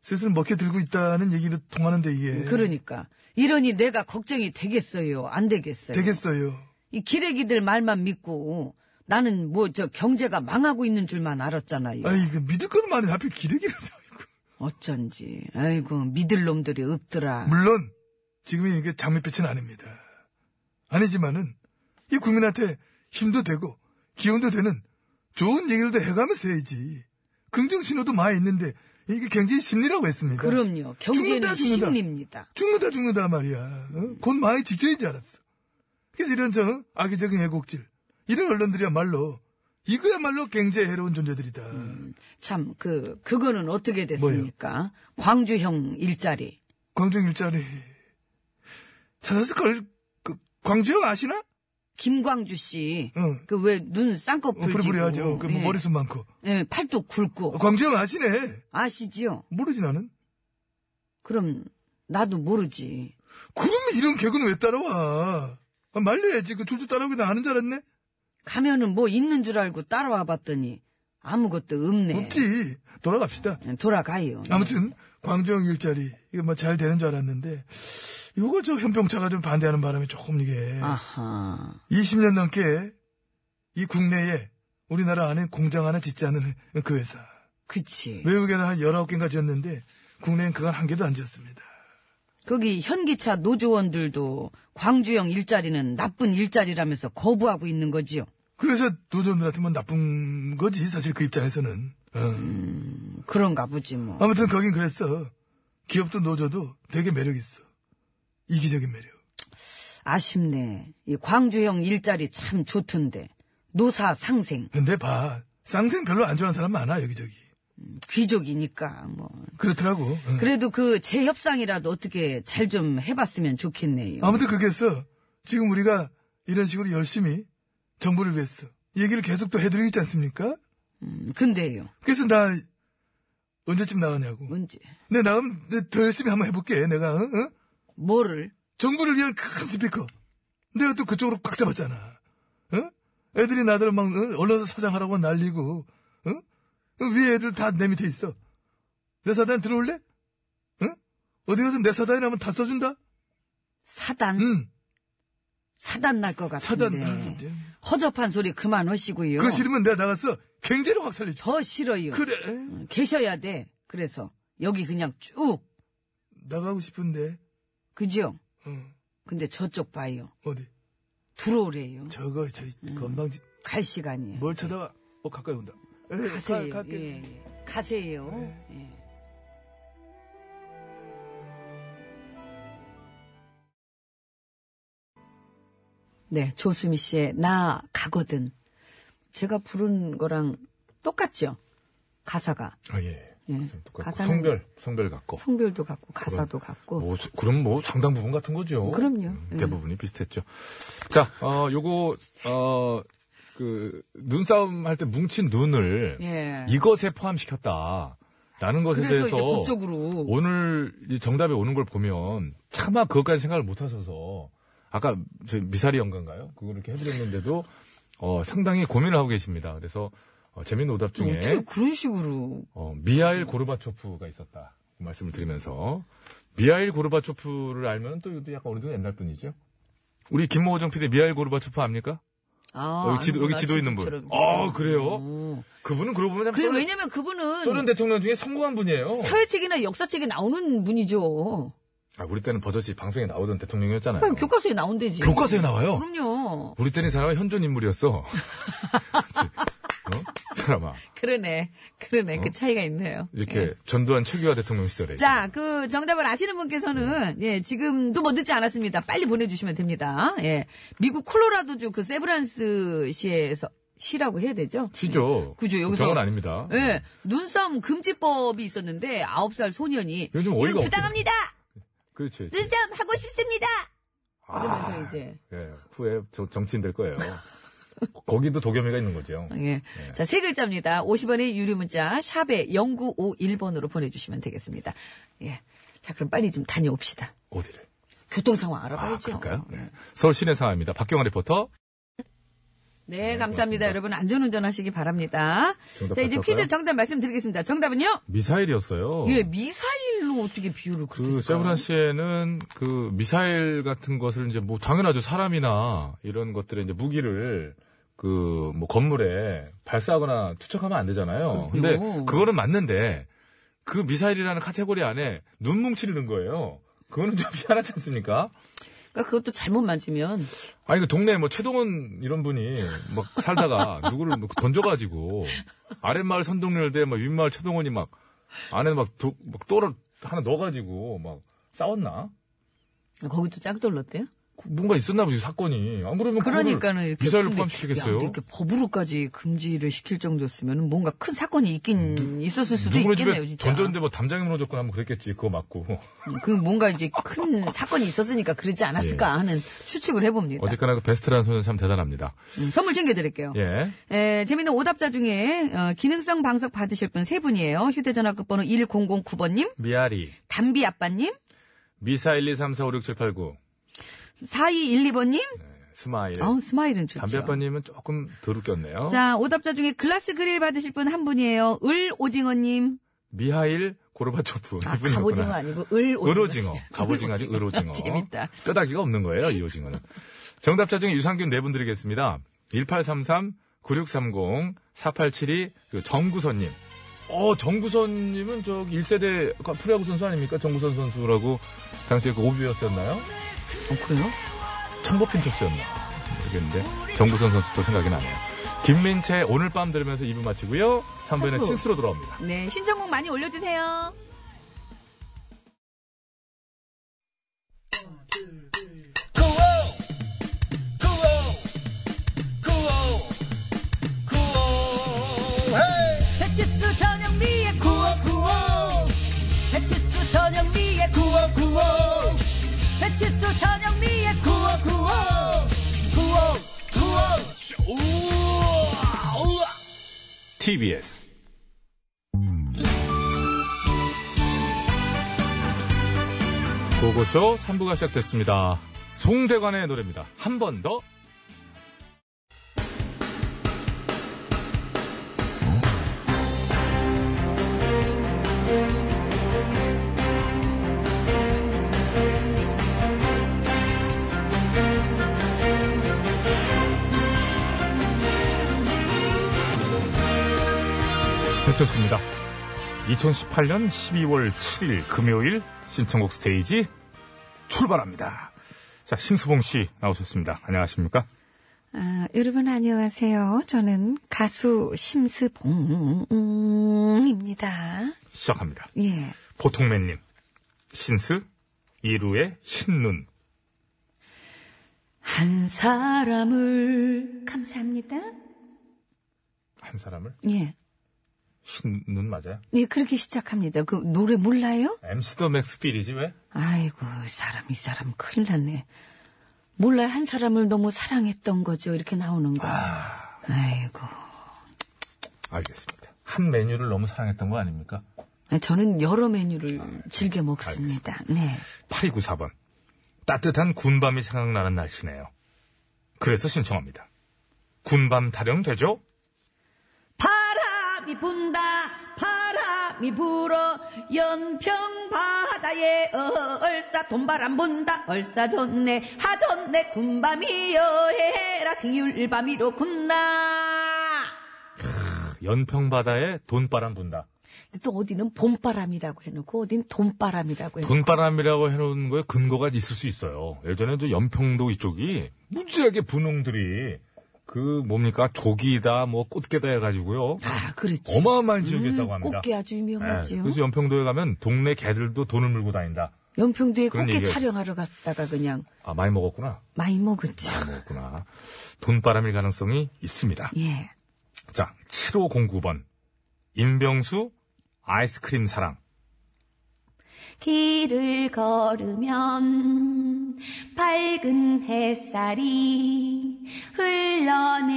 [SPEAKER 1] 슬슬 먹혀 들고 있다는 얘기로 통하는데 이게
[SPEAKER 2] 그러니까 이러니 내가 걱정이 되겠어요, 안 되겠어요.
[SPEAKER 1] 되겠어요.
[SPEAKER 2] 이 기레기들 말만 믿고 나는 뭐 저 경제가 망하고 있는 줄만 알았잖아요.
[SPEAKER 1] 아이 그 믿을 것도 많이 하필 기르기를 잡고.
[SPEAKER 2] 어쩐지 아이고 믿을 놈들이 없더라.
[SPEAKER 1] 물론 지금이 이게 장밋빛은 아닙니다. 아니지만은 이 국민한테 힘도 되고 기운도 되는 좋은 얘기들도 해가면서 해야지. 긍정 신호도 많이 있는데 이게 경제의 심리라고 했습니다.
[SPEAKER 2] 그럼요.
[SPEAKER 1] 죽는다, 죽는다.
[SPEAKER 2] 경제는 심리입니다.
[SPEAKER 1] 죽는다 죽는다 말이야. 어? 곧 망의 직전인 줄 알았어. 그래서 이런 저 어? 악의적인 애곡질 이런 언론들이야말로 이거야말로 경제에 해로운 존재들이다.
[SPEAKER 2] 참, 그, 그거는 어떻게 됐습니까? 광주형 일자리.
[SPEAKER 1] 광종 일자리 찾았을 걸. 그, 광주형 아시나?
[SPEAKER 2] 김광주 씨.
[SPEAKER 1] 응.
[SPEAKER 2] 그 왜 눈
[SPEAKER 1] 어,
[SPEAKER 2] 쌍꺼풀 지고
[SPEAKER 1] 부리부리하죠. 그
[SPEAKER 2] 예.
[SPEAKER 1] 머리숱 많고.
[SPEAKER 2] 예, 팔뚝 굵고.
[SPEAKER 1] 어, 광주형 아시네.
[SPEAKER 2] 아시지요?
[SPEAKER 1] 모르지 나는.
[SPEAKER 2] 그럼 나도 모르지.
[SPEAKER 1] 그러면 이런 개그는 왜 따라와? 아, 말려야지. 그 줄줄 따라오기 나 아는 줄 알았네.
[SPEAKER 2] 가면은 뭐 있는 줄 알고 따라와 봤더니 아무것도 없네.
[SPEAKER 1] 없지. 돌아갑시다.
[SPEAKER 2] 예, 돌아가요.
[SPEAKER 1] 아무튼 광주형 일자리 이거 뭐 잘 되는 줄 알았는데 요거 저 현병차가 좀 반대하는 바람에 조금 이게
[SPEAKER 2] 아하.
[SPEAKER 1] 20년 넘게 이 국내에 우리나라 안에 공장 하나 짓지 않은 그 회사
[SPEAKER 2] 그치.
[SPEAKER 1] 외국에는 한 19개인가 지었는데 국내엔 그건 한 개도 안 지었습니다.
[SPEAKER 2] 거기 현기차 노조원들도 광주형 일자리는 나쁜 일자리라면서 거부하고 있는 거지요.
[SPEAKER 1] 그 회사 노조들한테 뭐 나쁜 거지 사실 그 입장에서는 어.
[SPEAKER 2] 그런가 보지 뭐.
[SPEAKER 1] 아무튼 거긴 그랬어 기업도 노조도 되게 매력 있어 이기적인 매력
[SPEAKER 2] 아쉽네. 이 광주형 일자리 참 좋던데. 노사 상생.
[SPEAKER 1] 근데 봐 쌍생 별로 안 좋아하는 사람 많아 여기저기
[SPEAKER 2] 귀족이니까, 뭐.
[SPEAKER 1] 그렇더라고 어.
[SPEAKER 2] 그래도 그 재협상이라도 어떻게 잘 좀 해봤으면 좋겠네요.
[SPEAKER 1] 아무튼 그게서 지금 우리가 이런 식으로 열심히 정부를 위해서 얘기를 계속 또 해드리고 있지 않습니까?
[SPEAKER 2] 음, 근데요.
[SPEAKER 1] 그래서 나 언제쯤 나가냐고.
[SPEAKER 2] 뭔지.
[SPEAKER 1] 내 나가면 내더 열심히 한번 해볼게. 내가 어? 어?
[SPEAKER 2] 뭐를?
[SPEAKER 1] 정부를 위한 큰 스피커. 내가 또 그쪽으로 꽉 잡았잖아. 어? 애들이 나들 막 어? 언론사 사장하라고 날리고 어? 어, 위에 애들 다 내 밑에 있어. 내 사단 들어올래? 어? 어디 가서 내 사단이라 면다 써준다?
[SPEAKER 2] 사단?
[SPEAKER 1] 응.
[SPEAKER 2] 사단 날 것 같은데.
[SPEAKER 1] 음. 사단. 응,
[SPEAKER 2] 네.
[SPEAKER 1] 이제.
[SPEAKER 2] 허접한 소리 그만하시고요.
[SPEAKER 1] 그거 싫으면 내가 나가서 경제를 확 살려줘.
[SPEAKER 2] 더 싫어요.
[SPEAKER 1] 그래.
[SPEAKER 2] 음, 계셔야 돼. 그래서 여기 그냥 쭉.
[SPEAKER 1] 나가고 싶은데,
[SPEAKER 2] 그죠?
[SPEAKER 1] 어,
[SPEAKER 2] 근데 저쪽 봐요.
[SPEAKER 1] 어디?
[SPEAKER 2] 들어오래요.
[SPEAKER 1] 저거, 저, 건방지,
[SPEAKER 2] 갈 시간이에요.
[SPEAKER 6] 뭘 쳐다봐? 어, 가까이 온다. 에,
[SPEAKER 2] 가세요.
[SPEAKER 6] 가- 갈게.
[SPEAKER 2] 예, 예. 가세요.
[SPEAKER 6] 네.
[SPEAKER 2] 예. 네, 조수미 씨의 나 가거든. 제가 부른 거랑 똑같죠? 가사가.
[SPEAKER 6] 아, 예.
[SPEAKER 2] 예.
[SPEAKER 6] 좀 똑같고.
[SPEAKER 2] 가사는
[SPEAKER 6] 성별, 성별 같고.
[SPEAKER 2] 성별도 같고, 가사도 같고.
[SPEAKER 6] 뭐, 수- 그럼 뭐 상당 부분 같은 거죠.
[SPEAKER 2] 어.
[SPEAKER 6] 음,
[SPEAKER 2] 그럼요. 예.
[SPEAKER 6] 대부분이 비슷했죠. 자, 어, 요거, 어, 그, 눈싸움 할 때 뭉친 눈을
[SPEAKER 2] 예.
[SPEAKER 6] 이것에 포함시켰다. 라는 것에
[SPEAKER 2] 그래서 이제
[SPEAKER 6] 대해서
[SPEAKER 2] 법적으로.
[SPEAKER 6] 오늘 이 정답이 오는 걸 보면 차마 그것까지 생각을 못 하셔서 아까 저희 미사리 연가인가요? 그걸 이렇게 해드렸는데도 어, 상당히 고민을 하고 계십니다. 그래서 어, 재밌는 오답 중에
[SPEAKER 2] 어떻게 그런 식으로
[SPEAKER 6] 어, 미하일 고르바초프가 있었다. 그 말씀을 드리면서. 미하일 고르바초프를 알면 또 이것도 약간 어느 정도 옛날 분이죠. 우리 김모호정 PD 미하일 고르바초프 압니까?
[SPEAKER 2] 아,
[SPEAKER 6] 여기 지도, 여기
[SPEAKER 2] 아는구나,
[SPEAKER 6] 지도 있는 분.
[SPEAKER 2] 지금처럼.
[SPEAKER 6] 아, 그래요?
[SPEAKER 2] 어.
[SPEAKER 6] 그분은 그러고 보면 참
[SPEAKER 2] 그
[SPEAKER 6] 소련,
[SPEAKER 2] 왜냐면 그분은
[SPEAKER 6] 소련 대통령 중에 성공한 분이에요.
[SPEAKER 2] 사회책이나 역사책에 나오는 분이죠.
[SPEAKER 6] 아, 우리 때는 버젓이 방송에 나오던 대통령이었잖아요.
[SPEAKER 2] 그러니까 교과서에 나온대지.
[SPEAKER 6] 교과서에 나와요?
[SPEAKER 2] 그럼요.
[SPEAKER 6] 우리 때는 이 사람은 현존 인물이었어. 그치? 어? 사람아.
[SPEAKER 2] 그러네. 그러네.
[SPEAKER 6] 어?
[SPEAKER 2] 그 차이가 있네요.
[SPEAKER 6] 이렇게 전두환 최규하 대통령 시절에.
[SPEAKER 2] 예. 자, 그 정답을 아시는 분께서는 예, 지금도 뭐 늦지 않았습니다. 빨리 보내 주시면 됩니다. 예. 미국 콜로라도주 그 세브란스 시에서 시라고 해야 되죠?
[SPEAKER 6] 시죠.
[SPEAKER 2] 그죠, 여기서.
[SPEAKER 6] 병은 아닙니다.
[SPEAKER 2] 예, 눈싸움 금지법이 있었는데 아홉 살 소년이
[SPEAKER 6] 요즘 어이가
[SPEAKER 2] 이건
[SPEAKER 6] 없게.
[SPEAKER 2] 부당합니다.
[SPEAKER 6] 그렇죠. 아.
[SPEAKER 2] 눈싸움 하고 싶습니다. 이러면서 이제
[SPEAKER 6] 예, 후에 저- 정치인 될 거예요.
[SPEAKER 1] 거기도 도겸이가 있는 거죠.
[SPEAKER 2] 예. 자, 세 글자입니다. 50원의 유료 문자 샵에 0951번으로 보내주시면 되겠습니다. 예. 자, 그럼 빨리 좀 다녀옵시다.
[SPEAKER 1] 어디를?
[SPEAKER 2] 교통 상황
[SPEAKER 1] 아,
[SPEAKER 2] 알아봐야죠.
[SPEAKER 1] 그럴까요? 네. 서울 시내 상황입니다. 박경화 리포터.
[SPEAKER 2] 네, 감사합니다. 여러분 안전운전 하시기 바랍니다.
[SPEAKER 1] 정답
[SPEAKER 2] 자, 이제
[SPEAKER 1] 발표할까요?
[SPEAKER 2] 퀴즈 정답 말씀드리겠습니다. 정답은요?
[SPEAKER 1] 미사일이었어요.
[SPEAKER 2] 예, 미사일로 어떻게 비유를 그렇게
[SPEAKER 1] 그
[SPEAKER 2] 했을까요?
[SPEAKER 1] 세브란 씨에는 그 미사일 같은 것을 이제 뭐 당연하죠 사람이나 이런 것들의 이제 무기를 그 뭐 건물에 발사하거나 투척하면 안 되잖아요.
[SPEAKER 2] 그럼요.
[SPEAKER 1] 근데 그거는 맞는데 그 미사일이라는 카테고리 안에 눈뭉치를 넣은 거예요. 그거는 좀 희한하지 않습니까?
[SPEAKER 2] 그러니까 그것도 잘못 맞으면
[SPEAKER 1] 아니 그 동네 뭐 최동원 이런 분이 막 살다가 누구를 막 던져가지고 아랫마을 선동열대 막 윗마을 최동원이 막 안에 막, 도, 막 또를 하나 넣어가지고 막 싸웠나? 그
[SPEAKER 2] 거기도 짝돌렀대요.
[SPEAKER 1] 뭔가 있었나 보지 사건이. 안 어, 그러면 그거를
[SPEAKER 2] 그러니까는 이렇게
[SPEAKER 1] 미사일로
[SPEAKER 2] 근데 야,
[SPEAKER 1] 포함시키겠어요.
[SPEAKER 2] 근데 이렇게 법으로까지 금지를 시킬 정도였으면 뭔가 큰 사건이 있긴 있었을 수도
[SPEAKER 1] 누구네
[SPEAKER 2] 있겠네요,
[SPEAKER 1] 집에
[SPEAKER 2] 진짜.
[SPEAKER 1] 던졌는데 뭐 담장에 무너졌거나 하면 그랬겠지. 그거 맞고.
[SPEAKER 2] 그 뭔가 이제 큰 사건이 있었으니까 그러지 않았을까 하는 추측을 해봅니다.
[SPEAKER 1] 예. 어쨌거나 그 베스트라는 소년 참 대단합니다.
[SPEAKER 2] 음, 선물 챙겨드릴게요.
[SPEAKER 1] 예.
[SPEAKER 2] 에, 재밌는 오답자 중에 어, 기능성 방석 받으실 분 세 분이에요. 휴대전화 끝번호 1009번님,
[SPEAKER 1] 미아리.
[SPEAKER 2] 담비 아빠님,
[SPEAKER 1] 미사 1, 2, 3, 4, 5, 6, 7, 8, 9.
[SPEAKER 2] 4212번님.
[SPEAKER 1] 스마일.
[SPEAKER 2] 어, 스마일은 좋죠.
[SPEAKER 1] 예. 담배아빠님은 조금 덜 웃겼네요.
[SPEAKER 2] 자, 오답자 중에 글라스 그릴 받으실 분 한 분이에요. 을 오징어님.
[SPEAKER 1] 미하일 고르바초프.
[SPEAKER 2] 아,
[SPEAKER 1] 이분이었구나.
[SPEAKER 2] 갑오징어 아니고 을 오징어.
[SPEAKER 1] 을오징어. 갑오징어 아니 을오징어.
[SPEAKER 2] 재밌다.
[SPEAKER 1] 뼈다귀가 없는 거예요, 이 오징어는. 정답자 중에 유산균 네 분 드리겠습니다. 1833, 9630, 4872, 그리고 정구선님. 어, 정구선님은 저 1세대 프로야구 선수 아닙니까? 정구선 선수라고 당시에 그 오비였었나요?
[SPEAKER 2] 어, 그래요?
[SPEAKER 1] 천보핀 첩수였나? 모르겠는데. 정구선 선수 또 생각이 나네요. 김민채 오늘 밤 들으면서 2부 마치고요. 3부에는
[SPEAKER 2] 삼부.
[SPEAKER 1] 신스로 돌아옵니다.
[SPEAKER 2] 네, 신청곡 많이 올려주세요. 배치수 전영미의 구호 구호. 배치수 전영미의 구호 구호. 배치수 전영미의 구호.
[SPEAKER 1] TBS. 고고쇼 3부가 시작됐습니다. 송대관의 노래입니다. 한 번 더. 배쳤습니다. 2018년 12월 7일 금요일 신청곡 스테이지 출발합니다. 자, 심수봉 씨 나오셨습니다. 안녕하십니까?
[SPEAKER 2] 아, 여러분 안녕하세요. 저는 가수 심스봉입니다.
[SPEAKER 1] 시작합니다.
[SPEAKER 2] 예.
[SPEAKER 1] 보통맨님, 신스, 이루의 흰눈.
[SPEAKER 2] 한 사람을 감사합니다.
[SPEAKER 1] 한 사람을?
[SPEAKER 2] 예.
[SPEAKER 1] 흰눈 맞아요?
[SPEAKER 2] 예, 그렇게 시작합니다. 그 노래 몰라요?
[SPEAKER 1] MC 더 맥스필이지 왜?
[SPEAKER 2] 아이고, 이 사람 이 사람 큰일 났네. 몰라요. 한 사람을 너무 사랑했던 거죠. 이렇게 나오는 거. 아이고.
[SPEAKER 1] 알겠습니다. 한 메뉴를 너무 사랑했던 거 아닙니까?
[SPEAKER 2] 아, 저는 여러 메뉴를 즐겨 먹습니다. 네.
[SPEAKER 1] 8294번. 따뜻한 군밤이 생각나는 날씨네요. 그래서 신청합니다. 군밤 타령 되죠?
[SPEAKER 2] 바람이 분다 바람이 불어 연평 바다에 얼싸 돈바람 분다 얼싸 좋네 하 좋네 군밤이 여해라 생율밤이로 군나
[SPEAKER 1] 연평바다에 돈바람 분다.
[SPEAKER 2] 근데 또 어디는 봄바람이라고 해놓고 어딘 돈바람이라고 해놓고
[SPEAKER 1] 돈바람이라고 해놓은 거에 근거가 있을 수 있어요. 예전에 저 연평도 이쪽이 무지하게 분홍들이 그 뭡니까 조기다 뭐 꽃게다 해가지고요.
[SPEAKER 2] 아 그렇지
[SPEAKER 1] 어마어마한 지역이었다고
[SPEAKER 2] 음,
[SPEAKER 1] 합니다.
[SPEAKER 2] 꽃게 아주
[SPEAKER 1] 예,
[SPEAKER 2] 유명하지요
[SPEAKER 1] 그래서 연평도에 가면 동네 개들도 돈을 물고 다닌다.
[SPEAKER 2] 연평도에
[SPEAKER 1] 그런
[SPEAKER 2] 꽃게
[SPEAKER 1] 얘기가
[SPEAKER 2] 촬영하러 갔다가 그냥
[SPEAKER 1] 아 많이 먹었구나.
[SPEAKER 2] 많이 먹었죠
[SPEAKER 1] 많이 먹었구나. 돈바람일 가능성이 있습니다.
[SPEAKER 2] 예
[SPEAKER 1] 자 7509번 임병수 아이스크림 사랑
[SPEAKER 7] 길을 걸으면 밝은 햇살이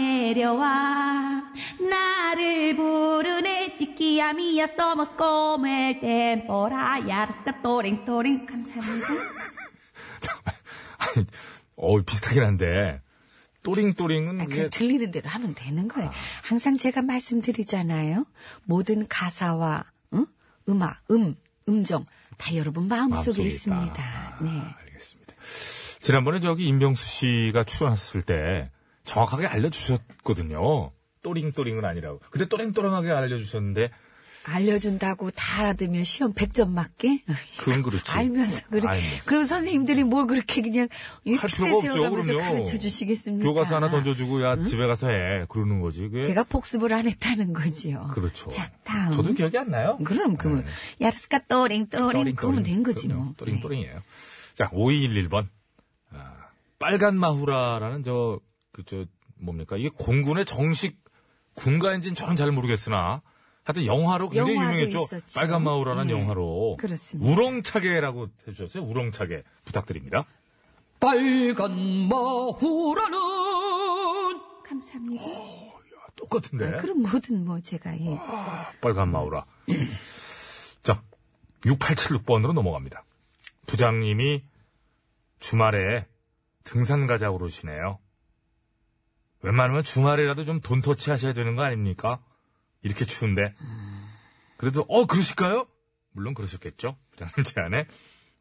[SPEAKER 7] 흘러내려와 나를 부르네 찌끼야 미야 somos como el temporal ya está toren toren 감사합니다
[SPEAKER 1] 아니, 어 비슷하긴 한데 또링또링은
[SPEAKER 2] 아,
[SPEAKER 1] 이게
[SPEAKER 2] 그 들리는 대로 하면 되는 거예요.
[SPEAKER 1] 아.
[SPEAKER 2] 항상 제가 말씀드리잖아요. 모든 가사와 응? 음악, 음, 음정 다 여러분 마음속에
[SPEAKER 1] 마음속에
[SPEAKER 2] 있습니다.
[SPEAKER 1] 있다. 아,
[SPEAKER 2] 네.
[SPEAKER 1] 알겠습니다. 지난번에 저기 임병수 씨가 출연하셨을 때 정확하게 알려주셨거든요. 또링또링은 아니라고. 근데 또랭또랭하게 알려주셨는데
[SPEAKER 2] 알려준다고 다 알아두면 시험 100점 맞게?
[SPEAKER 1] 그건 그렇지.
[SPEAKER 2] 알면서 그래.
[SPEAKER 1] 알면서.
[SPEAKER 2] 그럼 선생님들이 뭘 그렇게 그냥
[SPEAKER 1] 할
[SPEAKER 2] 이렇게
[SPEAKER 1] 필요가 없죠.
[SPEAKER 2] 세워가면서
[SPEAKER 1] 그럼요.
[SPEAKER 2] 가르쳐 주시겠습니까?
[SPEAKER 1] 교과서 하나 던져주고 야 집에 가서 해 그러는 거지. 그게
[SPEAKER 2] 제가 복습을 안 했다는 거지요.
[SPEAKER 1] 그렇죠.
[SPEAKER 2] 자, 다음.
[SPEAKER 1] 저도 기억이 안 나요.
[SPEAKER 2] 그럼, 그러면. 야르스카 또링, 또링. 그러면 된 거지,
[SPEAKER 1] 아, 그럼요.
[SPEAKER 2] 뭐.
[SPEAKER 1] 또링, 또링이에요. 자, 5211번. 아, 빨간 마후라라는 저, 그, 저, 뭡니까? 이게 공군의 정식 군가인지는 저는 잘 모르겠으나, 하여튼 영화로 굉장히
[SPEAKER 2] 영화도
[SPEAKER 1] 유명했죠.
[SPEAKER 2] 있었죠.
[SPEAKER 1] 빨간 마후라라는
[SPEAKER 2] 예.
[SPEAKER 1] 영화로.
[SPEAKER 2] 그렇습니다.
[SPEAKER 1] 우렁차게라고 해주셨어요. 우렁차게. 부탁드립니다.
[SPEAKER 2] 빨간 마후라는.
[SPEAKER 7] 감사합니다
[SPEAKER 1] 아, 똑같은데.
[SPEAKER 2] 그럼 뭐든 뭐 제가, 예.
[SPEAKER 1] 빨간 마우라. 자, 6876번으로 넘어갑니다. 부장님이 주말에 등산 가자고 그러시네요. 웬만하면 주말이라도 좀 돈 터치 하셔야 되는 거 아닙니까? 이렇게 추운데. 그래도, 어, 그러실까요? 물론 그러셨겠죠. 부장님 제안에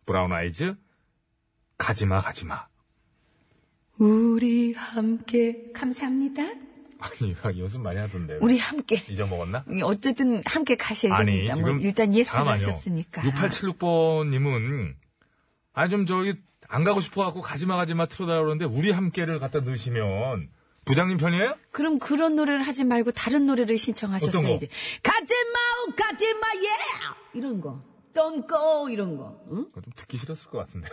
[SPEAKER 1] 브라운 아이즈, 가지마, 가지마.
[SPEAKER 2] 우리 함께,
[SPEAKER 7] 감사합니다
[SPEAKER 1] 아니, 연습 많이 하던데.
[SPEAKER 2] 우리 함께.
[SPEAKER 1] 잊어먹었나?
[SPEAKER 2] 어쨌든 함께 가셔야
[SPEAKER 1] 아니,
[SPEAKER 2] 됩니다.
[SPEAKER 1] 지금.
[SPEAKER 2] 뭐 일단 예스를
[SPEAKER 1] 잠깐만요.
[SPEAKER 2] 하셨으니까.
[SPEAKER 1] 6876번님은, 아니, 좀 저기, 안 가고 싶어갖고 가지마, 가지마 틀어달라 그러는데, 우리 함께를 갖다 넣으시면, 부장님 편이에요?
[SPEAKER 2] 그럼 그런 노래를 하지 말고 다른 노래를 신청하셨어야지.
[SPEAKER 1] 어떤
[SPEAKER 2] 가지마오, 가지마, 예! 이런 거. 똥꼬, 이런 거. 응?
[SPEAKER 1] 그거 좀 듣기 싫었을 것 같은데요.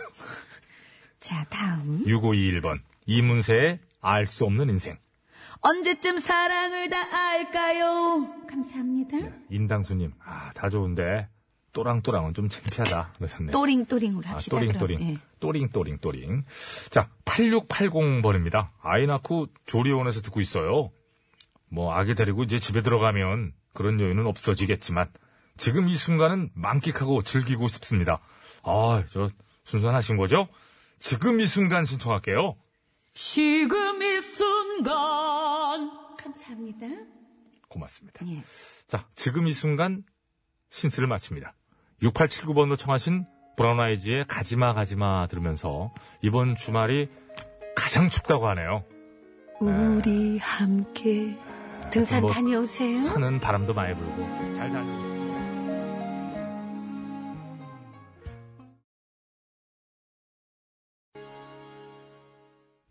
[SPEAKER 2] 자, 다음.
[SPEAKER 1] 6521번. 이문세의 알 수 없는 인생.
[SPEAKER 2] 언제쯤 사랑을 다 알까요?
[SPEAKER 7] 감사합니다
[SPEAKER 1] 인당수님, 아, 다 좋은데, 또랑또랑은 좀 창피하다. 그러셨네요.
[SPEAKER 2] 또링또링으로 합시다.
[SPEAKER 1] 아, 또링,
[SPEAKER 2] 그럼.
[SPEAKER 1] 또링.
[SPEAKER 2] 예.
[SPEAKER 1] 또링, 또링, 또링. 자, 8680번입니다. 아이 낳고 조리원에서 듣고 있어요. 뭐, 아기 데리고 이제 집에 들어가면 그런 여유는 없어지겠지만, 지금 이 순간은 만끽하고 즐기고 싶습니다. 아, 저, 순산하신 거죠? 지금 이 순간 신청할게요.
[SPEAKER 2] 지금 이 순간.
[SPEAKER 7] 감사합니다
[SPEAKER 1] 고맙습니다.
[SPEAKER 2] 예.
[SPEAKER 1] 자, 지금 이 순간 신스를 마칩니다. 6879번으로 청하신 브라운 아이즈의 가지마 가지마 들으면서 이번 주말이 가장 춥다고 하네요. 네.
[SPEAKER 2] 우리 함께. 등산
[SPEAKER 1] 뭐-
[SPEAKER 2] 다녀오세요.
[SPEAKER 1] 산은 바람도 많이 불고 잘 다녀오세요.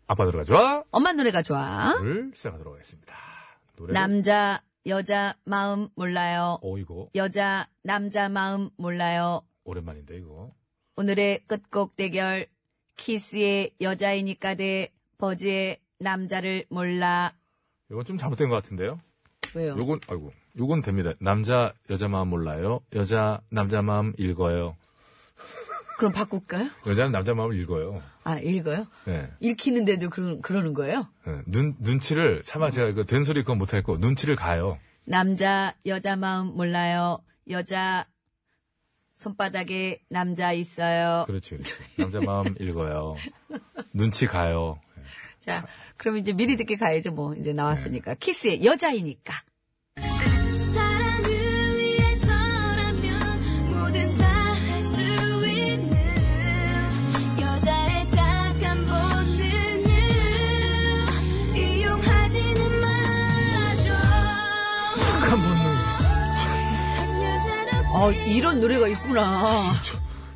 [SPEAKER 1] 아빠 노래가 좋아?
[SPEAKER 2] 엄마 노래가 좋아.
[SPEAKER 1] 를 시작하도록 하겠습니다. 노래
[SPEAKER 2] 남자, 여자 마음 몰라요.
[SPEAKER 1] 어 이거
[SPEAKER 2] 여자, 남자 마음 몰라요.
[SPEAKER 1] 오랜만인데 이거
[SPEAKER 2] 오늘의 끝곡 대결. 키스의 여자이니까 대 버즈의 남자를 몰라.
[SPEAKER 1] 이건 좀 잘못된 것 같은데요.
[SPEAKER 2] 왜요?
[SPEAKER 1] 요건 아이고 요건 됩니다. 남자 여자 마음 몰라요. 여자 남자 마음 읽어요.
[SPEAKER 2] 그럼 바꿀까요?
[SPEAKER 1] 여자는 남자 마음을 읽어요.
[SPEAKER 2] 아, 읽어요?
[SPEAKER 1] 예.
[SPEAKER 2] 읽히는데도 그런, 그러는 거예요?
[SPEAKER 1] 예. 눈 눈치를 차마 제가 그 된소리 그건 못하겠고 눈치를 가요.
[SPEAKER 2] 남자, 여자 마음 몰라요. 여자, 손바닥에 남자 있어요.
[SPEAKER 1] 그렇지 그렇지. 남자 마음 읽어요. 눈치 가요.
[SPEAKER 2] 자, 그럼 이제 미리 듣게 가야죠. 뭐, 이제 나왔으니까. 키스의 여자이니까.
[SPEAKER 7] 사랑을 위해서라면 뭐든 다 할 수 있는 여자의 잠깐 보는 눈 이용하지는 말아줘
[SPEAKER 1] 착한 본능.
[SPEAKER 7] 여자라
[SPEAKER 2] 아, 이런 노래가 있구나.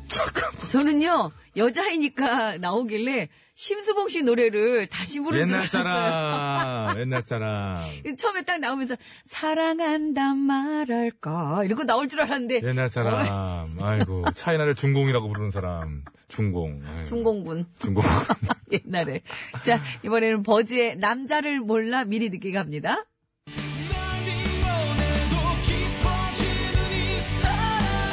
[SPEAKER 1] 착한 본
[SPEAKER 2] 저는요, 여자이니까 나오길래 심수봉 씨 노래를 다시 부르는 줄
[SPEAKER 1] 옛날
[SPEAKER 2] 알았어요.
[SPEAKER 1] 사람. 옛날 사람.
[SPEAKER 2] 처음에 딱 나오면서 사랑한다 말할까 이러고 나올 줄 알았는데 어,
[SPEAKER 1] 옛날 사람. 아이고 차이나를 중공이라고 부르는 사람. 중공. 아이고.
[SPEAKER 2] 중공군
[SPEAKER 1] 중공.
[SPEAKER 2] 옛날에 자 이번에는 버즈의 남자를 몰라 미리 듣게 갑니다
[SPEAKER 3] 오늘도 깊어지는 이 사랑과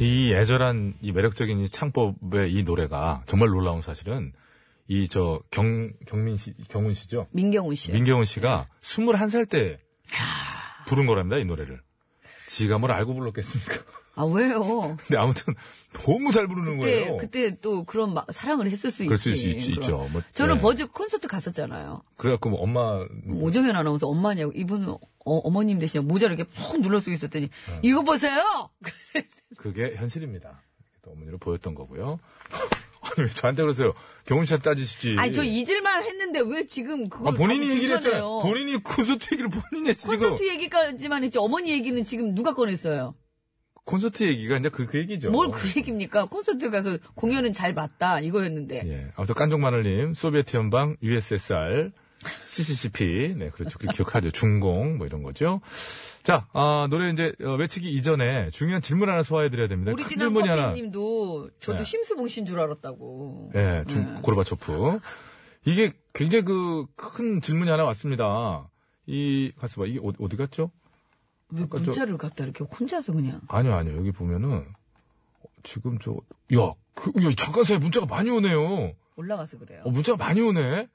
[SPEAKER 1] 애절한 이 매력적인 이 창법의 이 노래가 정말 놀라운 사실은 이 저 경, 경민 씨, 경훈 씨죠?
[SPEAKER 2] 민경훈 씨.
[SPEAKER 1] 민경훈 씨가 21살 때 부른 거랍니다, 이 노래를. 지가 뭘 알고 불렀겠습니까?
[SPEAKER 2] 아, 왜요?
[SPEAKER 1] 근데 아무튼 너무 잘 부르는
[SPEAKER 2] 그때,
[SPEAKER 1] 거예요.
[SPEAKER 2] 그때 또 그런 막 사랑을 했을 수 있지.
[SPEAKER 1] 그럴 수 있- 있- 있죠.
[SPEAKER 2] 그럼.
[SPEAKER 1] 뭐,
[SPEAKER 2] 저는
[SPEAKER 1] 네.
[SPEAKER 2] 버즈 콘서트 갔었잖아요.
[SPEAKER 1] 그래갖고 뭐 엄마
[SPEAKER 2] 오정현 아나운서 엄마냐고 이분은 어, 머님 대신에 모자를 이렇게 푹 눌러 쓰고 있었더니
[SPEAKER 1] 음.
[SPEAKER 2] 이거 보세요.
[SPEAKER 1] 그 그게 현실입니다. 또 어머니를 보였던 거고요. 아니 왜 저한테 그러세요? 경훈 씨한테 따지시지.
[SPEAKER 2] 아니 저 잊을만 했는데 왜 지금 그걸
[SPEAKER 1] 아, 본인이
[SPEAKER 2] 다시
[SPEAKER 1] 얘기를 했잖아요.
[SPEAKER 2] 들춰내요?
[SPEAKER 1] 본인이 콘서트 얘기를 본인이 했지 지금.
[SPEAKER 2] 콘서트 얘기까지만 했지 어머니 얘기는 지금 누가 꺼냈어요?
[SPEAKER 1] 콘서트 얘기가 이제 그, 그 얘기죠.
[SPEAKER 2] 뭘 그 얘기입니까? 콘서트 가서 공연은 잘 봤다 이거였는데
[SPEAKER 1] 예. 아무튼 깐종마늘님, 소비에트 연방, USSR, CCCP, 네 그렇죠. 그렇게 기억하죠. 중공 뭐 이런 거죠. 자, 아, 노래 이제 어, 외치기 이전에 중요한 질문 하나 소화해드려야 됩니다.
[SPEAKER 2] 우리
[SPEAKER 1] 네, 큰
[SPEAKER 2] 지난
[SPEAKER 1] 질문이 하나.
[SPEAKER 2] 커피님도 저도
[SPEAKER 1] 네.
[SPEAKER 2] 심수봉 씨인 줄 알았다고.
[SPEAKER 1] 예, 좀
[SPEAKER 2] 네.
[SPEAKER 1] 고르바초프. 이게 굉장히 그 큰 질문이 하나 왔습니다. 이 가서 봐. 이게 어디, 어디 갔죠?
[SPEAKER 2] 왜
[SPEAKER 1] 아까 저-
[SPEAKER 2] 문자를 갖다 이렇게 혼자서 그냥.
[SPEAKER 1] 아니요, 아니요. 여기 보면은 지금 저 야, 그, 야, 잠깐 사이 에 문자가 많이 오네요.
[SPEAKER 2] 올라와서 그래요.
[SPEAKER 1] 어, 문자가 많이 오네.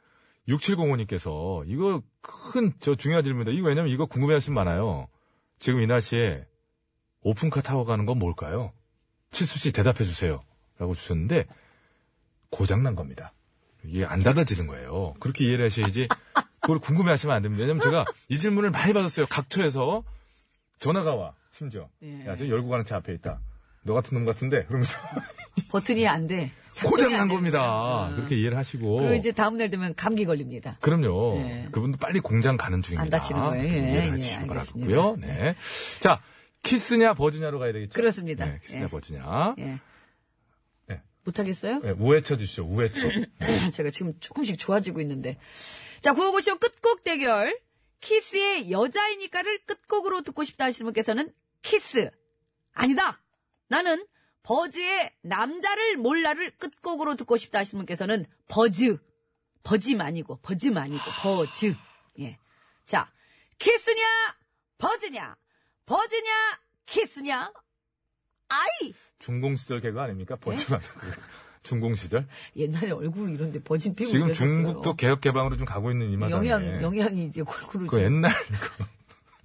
[SPEAKER 1] 6705님께서 이거 큰 저 중요한 질문입니다. 이거 왜냐면 이거 궁금해 하시면 많아요. 지금 이 날씨에 오픈카 타고 가는 건 뭘까요? 칠수 씨 대답해 주세요. 라고 주셨는데 고장난 겁니다. 이게 안 닫아지는 거예요. 그렇게 이해를 하셔야지 그걸 궁금해 하시면 안 됩니다. 왜냐면 제가 이 질문을 많이 받았어요. 각처에서 전화가 와. 심지어.
[SPEAKER 2] 예.
[SPEAKER 1] 야, 저 열고 가는 차 앞에 있다. 너 같은 놈 같은데? 그러면서
[SPEAKER 2] 버튼이 안 돼. 아, 작동이
[SPEAKER 1] 고장난
[SPEAKER 2] 안 돼.
[SPEAKER 1] 겁니다. 그렇게 이해를 하시고.
[SPEAKER 2] 그리고 이제 다음날 되면 감기 걸립니다.
[SPEAKER 1] 그럼요.
[SPEAKER 2] 예.
[SPEAKER 1] 그분도 빨리 공장 가는 중입니다.
[SPEAKER 2] 안 다치는 거예요. 예,
[SPEAKER 1] 이해를
[SPEAKER 2] 예,
[SPEAKER 1] 하시기
[SPEAKER 2] 알겠습니다.
[SPEAKER 1] 바라고요. 네. 자, 키스냐 버즈냐로 가야 되겠죠?
[SPEAKER 2] 그렇습니다.
[SPEAKER 1] 네, 키스냐
[SPEAKER 2] 예.
[SPEAKER 1] 버즈냐.
[SPEAKER 2] 예.
[SPEAKER 1] 예.
[SPEAKER 2] 못하겠어요?
[SPEAKER 1] 네, 우회쳐 주시죠. 우회쳐.
[SPEAKER 2] 제가 지금 조금씩 좋아지고 있는데. 자, 구호고쇼 끝곡 대결. 키스의 여자이니까를 끝곡으로 듣고 싶다 하시는 분께서는 키스. 아니다! 나는 버즈의 남자를 몰라를 끝곡으로 듣고 싶다 하시는 분께서는 버즈. 버짐 아니고, 버짐 아니고, 버즈. 예. 자, 키스냐, 버즈냐, 버즈냐, 키스냐, 아이!
[SPEAKER 1] 중공 시절 개그 아닙니까?
[SPEAKER 2] 예.
[SPEAKER 1] 버즈만. 중공 시절.
[SPEAKER 2] 옛날에 얼굴 이런데 버짐 피고
[SPEAKER 1] 지금
[SPEAKER 2] 그랬었어요.
[SPEAKER 1] 중국도 개혁 개방으로 좀 가고 있는 이마다.
[SPEAKER 2] 영향, 영향이 이제 골고루.
[SPEAKER 1] 그
[SPEAKER 2] 좀-
[SPEAKER 1] 옛날 그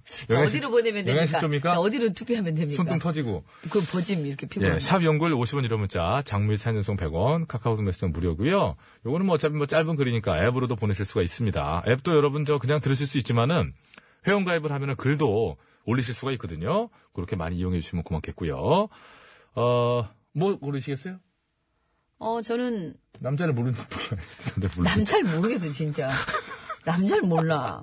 [SPEAKER 2] 자,
[SPEAKER 1] 영양
[SPEAKER 2] 어디로 보내면
[SPEAKER 1] 영양
[SPEAKER 2] 됩니까?
[SPEAKER 1] 실조입니까?
[SPEAKER 2] 자, 어디로 투표하면 됩니까?
[SPEAKER 1] 손등 터지고.
[SPEAKER 2] 그 버짐 이렇게 피고.
[SPEAKER 1] 예, 샵 연글 50원 이런 문자, 장미 사연송 100원, 카카오톡 메시지는 무료고요. 요거는 뭐 어차피 뭐 짧은 글이니까 앱으로도 보내실 수가 있습니다. 앱도 여러분 저 그냥 들으실 수 있지만은 회원 가입을 하면은 글도 올리실 수가 있거든요. 그렇게 많이 이용해 주시면 고맙겠고요. 어, 뭐 고르시겠어요?
[SPEAKER 2] 어, 저는
[SPEAKER 1] 남자를 모르는 몰라요. 남자 모르는
[SPEAKER 2] 남 잘 모르겠어, 진짜. 남 잘 몰라.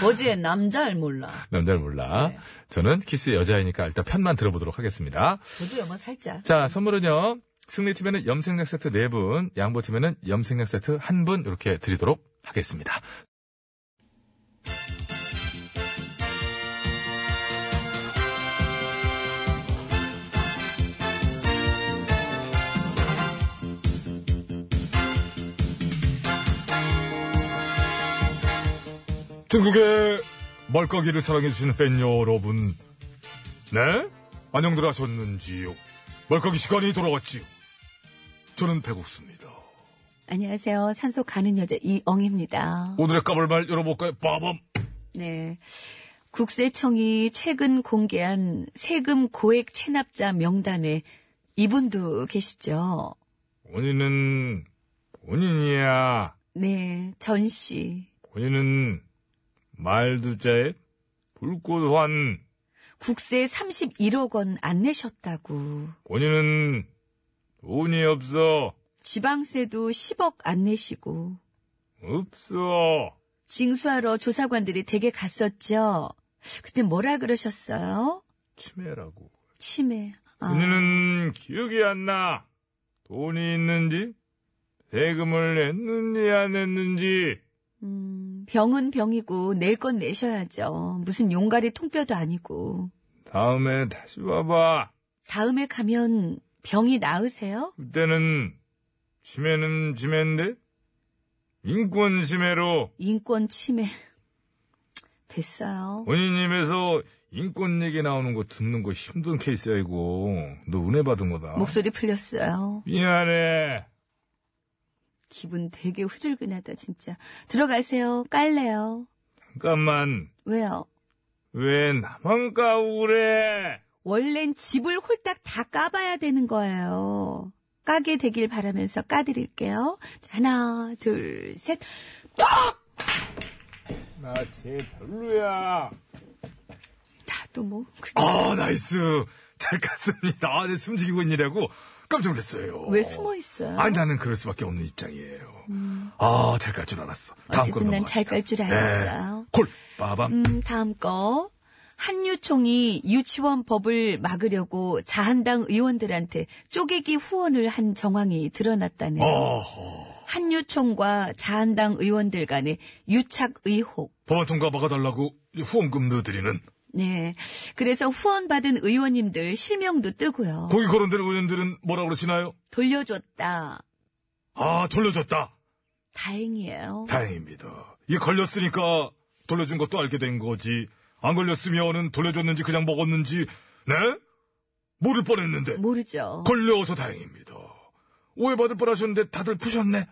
[SPEAKER 2] 버지의 남 잘 몰라.
[SPEAKER 1] 남자를 몰라. 저는 키스 여자이니까 일단 편만 들어보도록 하겠습니다.
[SPEAKER 2] 저도 영어 살짝.
[SPEAKER 1] 자, 선물은요. 승리팀에는 염색약 세트 4분, 양보팀에는 염색약 세트 1분 이렇게 드리도록 하겠습니다. 중국의 말까기를 사랑해주시는 팬 여러분, 네? 안녕들 하셨는지요? 말까기 시간이 돌아왔지요. 저는 배고프습니다.
[SPEAKER 2] 안녕하세요. 산소 가는 여자 이엉입니다.
[SPEAKER 1] 오늘의 까불말 열어볼까요? 빠밤!
[SPEAKER 2] 네. 국세청이 최근 공개한 세금 고액 체납자 명단에 이분도 계시죠?
[SPEAKER 1] 원인은, 원인이야.
[SPEAKER 2] 네, 전 씨.
[SPEAKER 1] 원인은, 말두자에, 불꽃환.
[SPEAKER 2] 국세 31억 원 안 내셨다고.
[SPEAKER 1] 원인은, 돈이 없어.
[SPEAKER 2] 지방세도 10억 안 내시고
[SPEAKER 1] 없어.
[SPEAKER 2] 징수하러 조사관들이 댁에 갔었죠. 그때 뭐라 그러셨어요?
[SPEAKER 1] 치매라고.
[SPEAKER 2] 치매. 아,
[SPEAKER 1] 원인은, 기억이 안 나. 돈이 있는지, 세금을 냈는지 안 냈는지,
[SPEAKER 2] 음, 병은 병이고 낼 건 내셔야죠. 무슨 용가리 통뼈도 아니고.
[SPEAKER 1] 다음에 다시 와봐.
[SPEAKER 2] 다음에 가면 병이 나으세요?
[SPEAKER 1] 그때는 치매는 치매인데 인권 침해로
[SPEAKER 2] 인권 침해. 됐어요.
[SPEAKER 1] 본인 입에서 인권 얘기 나오는 거 듣는 거 힘든 케이스야 이거. 너 은혜 받은 거다.
[SPEAKER 2] 목소리 풀렸어요.
[SPEAKER 1] 미안해.
[SPEAKER 2] 기분 되게 후줄근하다 진짜. 들어가세요. 깔래요.
[SPEAKER 1] 잠깐만.
[SPEAKER 2] 왜요?
[SPEAKER 1] 왜 나만 까고 그래?
[SPEAKER 2] 원래는 집을 홀딱 다 까봐야 되는 거예요. 까게 되길 바라면서 까드릴게요. 자, 하나, 둘, 셋.
[SPEAKER 1] 나쟤 별로야.
[SPEAKER 2] 나도 뭐 그게
[SPEAKER 1] 아 나이스. 잘 깠습니다. 아, 내 숨지기고 있느라고 깜짝 놀랐어요.
[SPEAKER 2] 왜 숨어 있어요?
[SPEAKER 1] 아니 나는 그럴 수밖에 없는 입장이에요. 아, 잘 깔 줄 알았어. 다음 거
[SPEAKER 2] 음. 어쨌든 난
[SPEAKER 1] 넘어갑시다.
[SPEAKER 2] 잘 깔 줄 알았어요.
[SPEAKER 1] 네. 콜, 빠밤.
[SPEAKER 2] 음, 다음 거. 한유총이 유치원 법을 막으려고 자한당 의원들한테 쪼개기 후원을 한 정황이 드러났다네요.
[SPEAKER 1] 어허.
[SPEAKER 2] 한유총과 자한당 의원들 간의 유착 의혹.
[SPEAKER 1] 법안 통과 막아달라고 후원금 넣어드리는.
[SPEAKER 2] 네. 그래서 후원받은 의원님들 실명도 뜨고요.
[SPEAKER 1] 거기 거론되는 의원들은 뭐라 그러시나요?
[SPEAKER 2] 돌려줬다.
[SPEAKER 1] 아, 돌려줬다.
[SPEAKER 2] 다행이에요.
[SPEAKER 1] 다행입니다. 이게 걸렸으니까 돌려준 것도 알게 된 거지. 안 걸렸으면은 돌려줬는지 그냥 먹었는지, 네? 모를
[SPEAKER 2] 뭐.
[SPEAKER 1] 뻔했는데.
[SPEAKER 2] 모르죠.
[SPEAKER 1] 걸려서 다행입니다. 오해받을 뻔하셨는데 다들 푸셨네.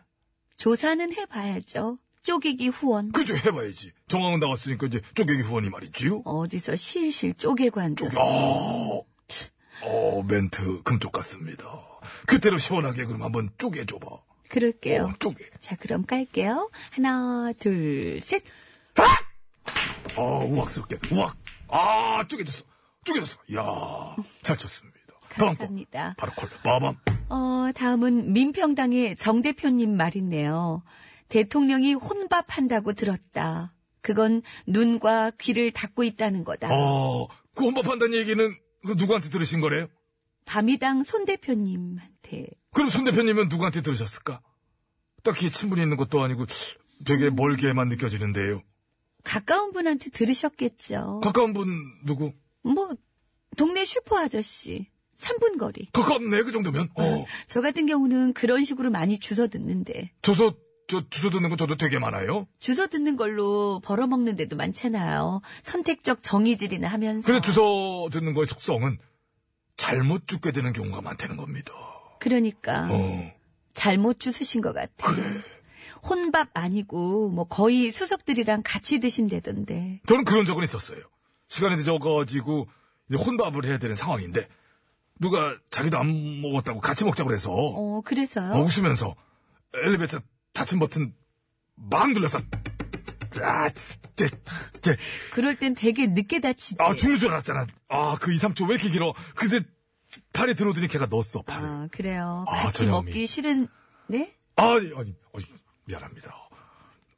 [SPEAKER 2] 조사는 해봐야죠. 쪼개기 후원.
[SPEAKER 1] 그죠 해봐야지. 정황은 나왔으니까 이제 쪼개기 후원이 말이지요.
[SPEAKER 2] 어디서 실실 쪼개고 한다.
[SPEAKER 1] 어, 어 멘트 금쪽 같습니다. 그때로 시원하게 그럼 한번 쪼개줘봐. 어,
[SPEAKER 2] 그럴게요.
[SPEAKER 1] 쪼개.
[SPEAKER 2] 자, 그럼 깔게요. 하나, 둘, 셋.
[SPEAKER 1] 아 우악스럽게 우악. 아 쪼개졌어. 쪼개졌어. 이야 잘 쳤습니다. 다음 거
[SPEAKER 2] 감사합니다.
[SPEAKER 1] 바로 콜. 빠밤.
[SPEAKER 2] 어, 다음은 민평당의 정 대표님 말인데요. 대통령이 혼밥한다고 들었다. 그건 눈과 귀를 닫고 있다는 거다.
[SPEAKER 1] 어, 그 혼밥한다는 얘기는 그 누구한테 들으신 거래요?
[SPEAKER 2] 밤이당 손 대표님한테
[SPEAKER 1] 그럼 손 대표님은 누구한테 들으셨을까? 딱히 친분이 있는 것도 아니고 되게 멀게만 느껴지는데요.
[SPEAKER 2] 가까운 분한테 들으셨겠죠.
[SPEAKER 1] 가까운 분 누구?
[SPEAKER 2] 뭐 동네 슈퍼 아저씨 3분 거리.
[SPEAKER 1] 가깝네 그 정도면. 어.
[SPEAKER 2] 저 같은 경우는 그런 식으로 많이 주워 듣는데
[SPEAKER 1] 주소 저 주소 듣는 거 저도 되게 많아요.
[SPEAKER 2] 주워 듣는 걸로 벌어먹는 데도 많잖아요. 선택적 정의질이나 하면서.
[SPEAKER 1] 근데 주소 듣는 거의 속성은 잘못 죽게 되는 경우가 많다는 겁니다.
[SPEAKER 2] 그러니까
[SPEAKER 1] 어.
[SPEAKER 2] 잘못 주수신 것 같아.
[SPEAKER 1] 그래.
[SPEAKER 2] 혼밥 아니고 뭐 거의 수석들이랑 같이 드신다던데.
[SPEAKER 1] 저는 그런 적은 있었어요. 시간이 늦어가지고 이제 혼밥을 해야 되는 상황인데 누가 자기도 안 먹었다고 같이 먹자고 그래서
[SPEAKER 2] 어
[SPEAKER 1] 어,
[SPEAKER 2] 그래서요.
[SPEAKER 1] 웃으면서 엘리베이터 닫힌 버튼 막 눌러서 아, 진짜, 진짜.
[SPEAKER 2] 그럴 땐 되게 늦게 다치지.
[SPEAKER 1] 아 죽는 줄 알았잖아. 아그 2, 3초 왜 이렇게 길어? 근데 팔이 들어오더니 걔가 넣었어 팔을.
[SPEAKER 2] 아, 그래요.
[SPEAKER 1] 아,
[SPEAKER 2] 같이
[SPEAKER 1] 전영미.
[SPEAKER 2] 먹기 싫은 네.
[SPEAKER 1] 아니, 아니, 아니, 미안합니다.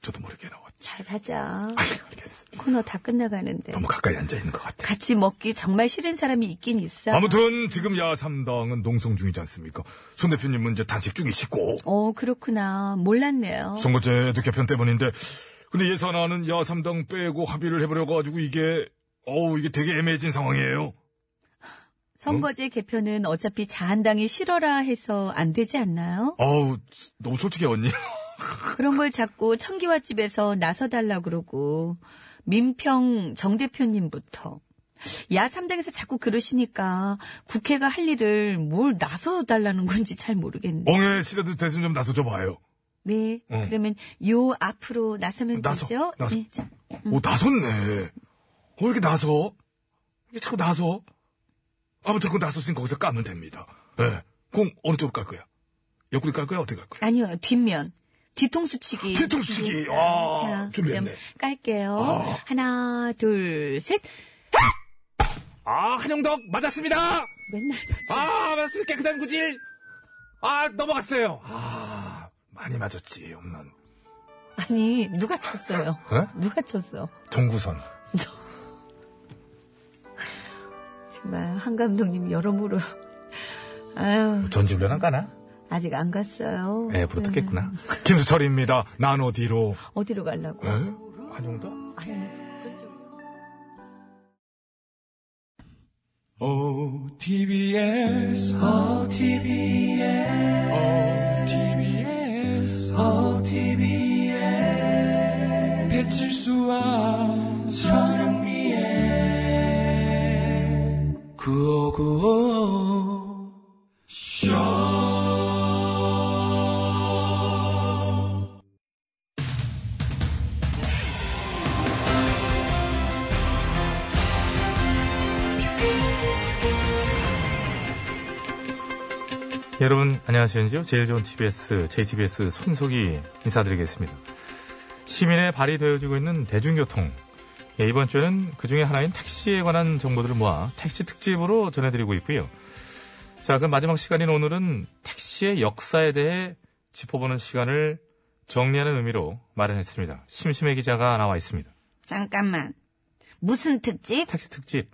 [SPEAKER 1] 저도 모르게 나왔지.
[SPEAKER 2] 잘하자.
[SPEAKER 1] 아니, 예, 알겠습니다.
[SPEAKER 2] 코너 다 끝나가는데.
[SPEAKER 1] 너무 가까이 앉아있는 것 같아.
[SPEAKER 2] 같이 먹기 정말 싫은 사람이 있긴 있어.
[SPEAKER 1] 아무튼, 지금 야삼당은 농성 중이지 않습니까? 손 대표님은 이제 단식 중이시고,
[SPEAKER 2] 어, 그렇구나. 몰랐네요.
[SPEAKER 1] 선거제도 개편 때문인데, 근데 예산안은 야삼당 빼고 합의를 해버려가지고 이게, 어우, 이게 되게 애매해진 상황이에요.
[SPEAKER 2] 선거제 개편은 어차피 자한당이 싫어라 해서 안 되지 않나요?
[SPEAKER 1] 어우, 너무 솔직해, 언니.
[SPEAKER 2] 그런 걸 자꾸 청기화 집에서 나서달라 그러고 민평 정 대표님부터 야삼당에서 자꾸 그러시니까 국회가 할 일을 뭘 나서달라는 건지 잘 모르겠네.
[SPEAKER 1] 엉에 시대도 대신 좀 나서줘봐요.
[SPEAKER 2] 네,
[SPEAKER 1] 어.
[SPEAKER 2] 그러면 요 앞으로 나서면
[SPEAKER 1] 나서,
[SPEAKER 2] 되죠.
[SPEAKER 1] 나서.
[SPEAKER 2] 네, 자,
[SPEAKER 1] 오, 나섰네. 어, 이렇게 나서? 이게 자꾸 나서? 아무튼 그 나섰으니 거기서 까면 됩니다. 예. 공 어느 쪽으로 깔 거야? 옆구리 깔 거야? 어떻게 깔 거야?
[SPEAKER 2] 아니요, 뒷면. 뒤통수 치기.
[SPEAKER 1] 뒤통수 치기.
[SPEAKER 2] 준비했어요.
[SPEAKER 1] 아,
[SPEAKER 2] 자,
[SPEAKER 1] 준비했네.
[SPEAKER 2] 그럼 깔게요. 하나, 둘, 셋.
[SPEAKER 1] 아, 한영덕 맞았습니다!
[SPEAKER 2] 맨날
[SPEAKER 1] 아, 맞았습니다. 깨끗한 구질! 아, 넘어갔어요. 아, 많이 맞았지, 홈런.
[SPEAKER 2] 아니, 누가 쳤어요?
[SPEAKER 1] 어?
[SPEAKER 2] 누가 쳤어?
[SPEAKER 1] 동구선.
[SPEAKER 2] 정말 한 감독님 여러모로 아유,
[SPEAKER 1] 전지훈련은 까나?
[SPEAKER 2] 아직 안 갔어요. 네.
[SPEAKER 1] 예, 부로 뜯겠구나. 김수철입니다. 난 어디로.
[SPEAKER 2] 어디로 가려고?
[SPEAKER 1] 예? 한영덕?
[SPEAKER 2] 아니, 저쪽.
[SPEAKER 3] 어, OTBS, 어, OTBS, 어, OTBS, OTBS, 배칠수와 저녁미에
[SPEAKER 1] 여러분 안녕하시는지요? 제일 좋은 TBS, JTBS 손석희 인사드리겠습니다. 시민의 발이 되어지고 있는 대중교통. 예, 이번 주에는 그중에 하나인 택시에 관한 정보들을 모아 택시 특집으로 전해드리고 있고요. 자, 그럼 마지막 시간인 오늘은 택시의 역사에 대해 짚어보는 시간을 정리하는 의미로 마련했습니다. 심심해 기자가 나와 있습니다.
[SPEAKER 8] 잠깐만. 무슨 특집?
[SPEAKER 1] 택시 특집.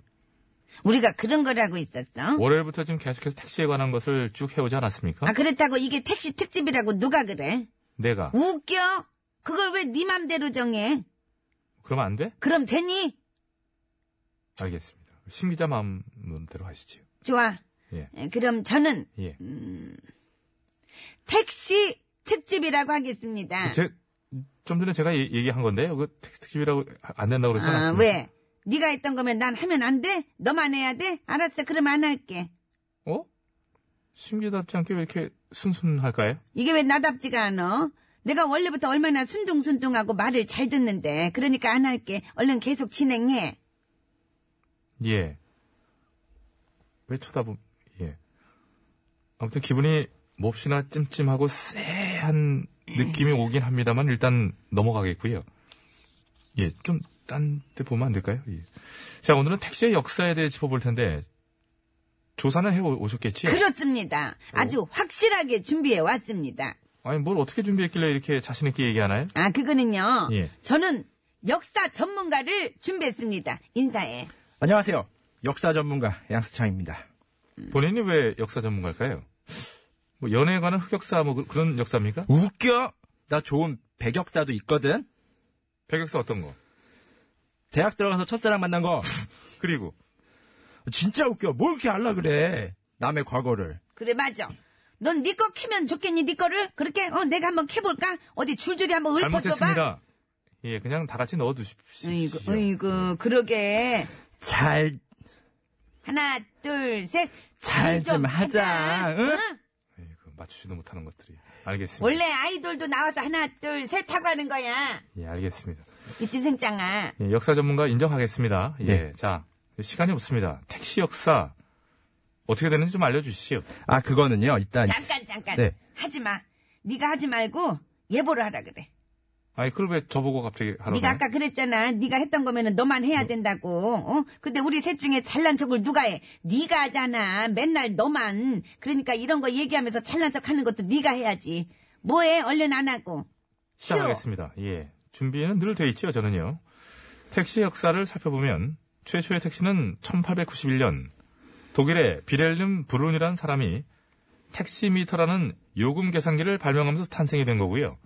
[SPEAKER 8] 우리가 그런 거라고 있었어?
[SPEAKER 1] 월요일부터 지금 계속해서 택시에 관한 것을 쭉 해오지 않았습니까?
[SPEAKER 8] 아, 그렇다고 이게 택시 특집이라고 누가 그래?
[SPEAKER 1] 내가.
[SPEAKER 8] 웃겨? 그걸 왜 네 맘대로 정해?
[SPEAKER 1] 그러면 안 돼?
[SPEAKER 8] 그럼 되니?
[SPEAKER 1] 알겠습니다. 심 기자 마음대로 하시지요.
[SPEAKER 8] 좋아.
[SPEAKER 1] 예.
[SPEAKER 8] 에, 그럼 저는
[SPEAKER 1] 예.
[SPEAKER 8] 택시 특집이라고 하겠습니다.
[SPEAKER 3] 그렇죠.
[SPEAKER 1] 제, 좀 전에 제가 얘- 얘기한 건데요. 그 택시 특집이라고 하- 안 된다고 그러지
[SPEAKER 8] 아,
[SPEAKER 1] 않았습니까?
[SPEAKER 8] 왜? 네가 했던 거면 난 하면 안 돼? 너만 해야 돼? 알았어. 그럼 안 할게.
[SPEAKER 1] 어? 심기답지 않게 왜 이렇게 순순할까요?
[SPEAKER 8] 이게 왜 나답지가 않아? 내가 원래부터 얼마나 순둥순둥하고 말을 잘 듣는데. 그러니까 안 할게. 얼른 계속 진행해.
[SPEAKER 1] 예. 왜 쳐다보, 예. 아무튼 기분이 몹시나 찜찜하고 쎄한 느낌이
[SPEAKER 8] 음.
[SPEAKER 1] 오긴 합니다만 일단 넘어가겠고요. 예, 좀 딴 데 보면 안 될까요? 예. 자, 오늘은 택시의 역사에 대해 짚어볼 텐데 조사는 해 오셨겠지?
[SPEAKER 8] 그렇습니다.
[SPEAKER 1] 어.
[SPEAKER 8] 아주 확실하게 준비해 왔습니다.
[SPEAKER 1] 아니, 뭘 어떻게 준비했길래 이렇게 자신있게 얘기하나요?
[SPEAKER 8] 아, 그거는요.
[SPEAKER 1] 예.
[SPEAKER 8] 저는 역사 전문가를 준비했습니다. 인사해.
[SPEAKER 3] 안녕하세요. 역사 전문가 양수창입니다.
[SPEAKER 1] 본인이 왜 역사 전문가일까요? 뭐 연애에 관한 흑역사 뭐 그- 그런 역사입니까?
[SPEAKER 3] 웃겨? 나 좋은 백역사도 있거든.
[SPEAKER 1] 백역사 어떤 거?
[SPEAKER 3] 대학 들어가서 첫사랑 만난 거
[SPEAKER 1] 그리고
[SPEAKER 3] 진짜 웃겨. 뭘 이렇게 알라 그래? 남의 과거를.
[SPEAKER 8] 그래, 맞아. 넌 네 거 캐면 좋겠니, 네 거를? 그렇게, 어, 내가 한번 캐볼까? 어디 줄줄이 한번 읊어줘봐. 네,
[SPEAKER 1] 잘못했습니다. 예, 그냥 다 같이 넣어두십시오.
[SPEAKER 8] 으이구, 으이구, 그러게.
[SPEAKER 3] 잘,
[SPEAKER 8] 하나, 둘, 셋. 잘
[SPEAKER 3] 잘
[SPEAKER 8] 좀
[SPEAKER 3] 좀 하자. 아, 응?
[SPEAKER 1] 아이고, 예, 그 맞추지도 못하는 것들이. 알겠습니다.
[SPEAKER 8] 원래 아이돌도 나와서 하나, 둘, 셋 하고 하는 거야.
[SPEAKER 1] 예, 알겠습니다.
[SPEAKER 8] 있지, 승장아.
[SPEAKER 1] 예, 역사 전문가 인정하겠습니다. 예,
[SPEAKER 3] 네.
[SPEAKER 1] 자 시간이 없습니다. 택시 역사 어떻게 되는지 좀 알려주시죠.
[SPEAKER 3] 아, 그거는요, 일단.
[SPEAKER 8] 잠깐, 잠깐.
[SPEAKER 3] 네.
[SPEAKER 8] 하지 마. 네가 하지 말고 예보를 하라 그래.
[SPEAKER 1] 아니 그걸 왜 저보고 갑자기 하라고?
[SPEAKER 8] 네가
[SPEAKER 1] 해요?
[SPEAKER 8] 아까 그랬잖아. 네가 했던 거면은 너만 해야 된다고. 어? 근데 우리 셋 중에 잘난 척을 누가 해? 네가 하잖아. 맨날 너만. 그러니까 이런 거 얘기하면서 잘난 척하는 것도 네가 해야지. 뭐해? 얼른 안 하고.
[SPEAKER 1] 시작하겠습니다. 예, 준비는 늘 돼 있죠. 저는요. 택시 역사를 살펴보면 최초의 택시는 1891년 독일의 비렐름 브룬이라는 사람이 택시미터라는 요금 계산기를 발명하면서 탄생이 된 거고요.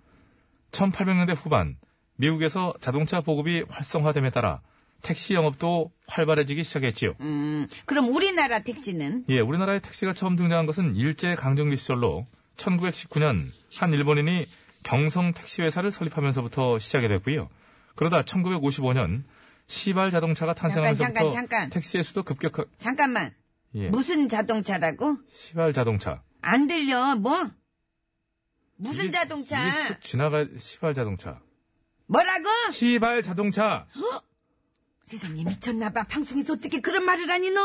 [SPEAKER 1] 1800년대 후반 미국에서 자동차 보급이 활성화됨에 따라 택시 영업도 활발해지기 시작했지요.
[SPEAKER 8] 음, 그럼 우리나라 택시는?
[SPEAKER 1] 예, 우리나라의 택시가 처음 등장한 것은 일제 강점기 시절로 1919년 한 일본인이 경성 택시 회사를 설립하면서부터 시작이 됐고요. 그러다 1955년 시발 자동차가 탄생하면서부터
[SPEAKER 8] 잠깐, 잠깐.
[SPEAKER 1] 택시의 수도 급격하
[SPEAKER 8] 잠깐만.
[SPEAKER 1] 예,
[SPEAKER 8] 무슨 자동차라고?
[SPEAKER 1] 시발 자동차.
[SPEAKER 8] 안 들려. 뭐? 무슨
[SPEAKER 1] 이게-
[SPEAKER 8] 자동차?
[SPEAKER 1] 이게 쑥 지나가 시발 자동차.
[SPEAKER 8] 뭐라고?
[SPEAKER 1] 시발 자동차.
[SPEAKER 8] 세상에 미쳤나봐. 방송에서 어떻게 그런 말을 하니 너?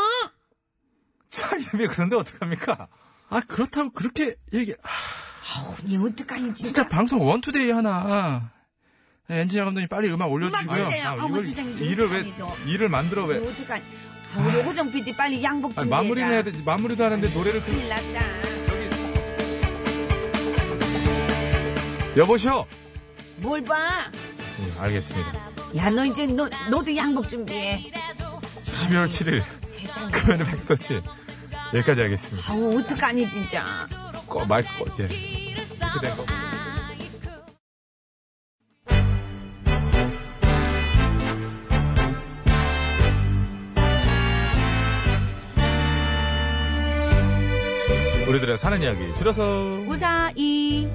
[SPEAKER 1] 차입에 그런데 어떡합니까?
[SPEAKER 3] 아, 그렇다고 그렇게 얘기, 아,
[SPEAKER 8] 언니 어떡하니 진짜.
[SPEAKER 3] 진짜 방송 원투데이 하나. 네, 엔지니어 감독님 빨리 음악 올려주시고요.
[SPEAKER 8] 주세요.
[SPEAKER 1] 참,
[SPEAKER 8] 어머,
[SPEAKER 1] 이걸
[SPEAKER 8] 세상에,
[SPEAKER 1] 일을 왜
[SPEAKER 8] 너무
[SPEAKER 1] 일을 만들어 왜?
[SPEAKER 8] 어떡하니. 아, 우리 호정 PD 빨리 양복 준비해라.
[SPEAKER 1] 아니, 마무리는 해야 되지. 마무리도 하는데 노래를 틀
[SPEAKER 8] 큰일 났다.
[SPEAKER 1] 여보시오.
[SPEAKER 8] 뭘 봐?
[SPEAKER 1] 예, 알겠습니다.
[SPEAKER 8] 야, 너 이제 너, 너도 양복 준비해.
[SPEAKER 1] 12월 7일
[SPEAKER 8] 세상에.
[SPEAKER 1] 금요일의 백서치 여기까지 하겠습니다.
[SPEAKER 8] 아우, 어떡하니 진짜.
[SPEAKER 1] 꺼, 마이크 꺼, 이제. 이렇게 된 거. 우리들의 사는 이야기 줄여서
[SPEAKER 8] 우사이.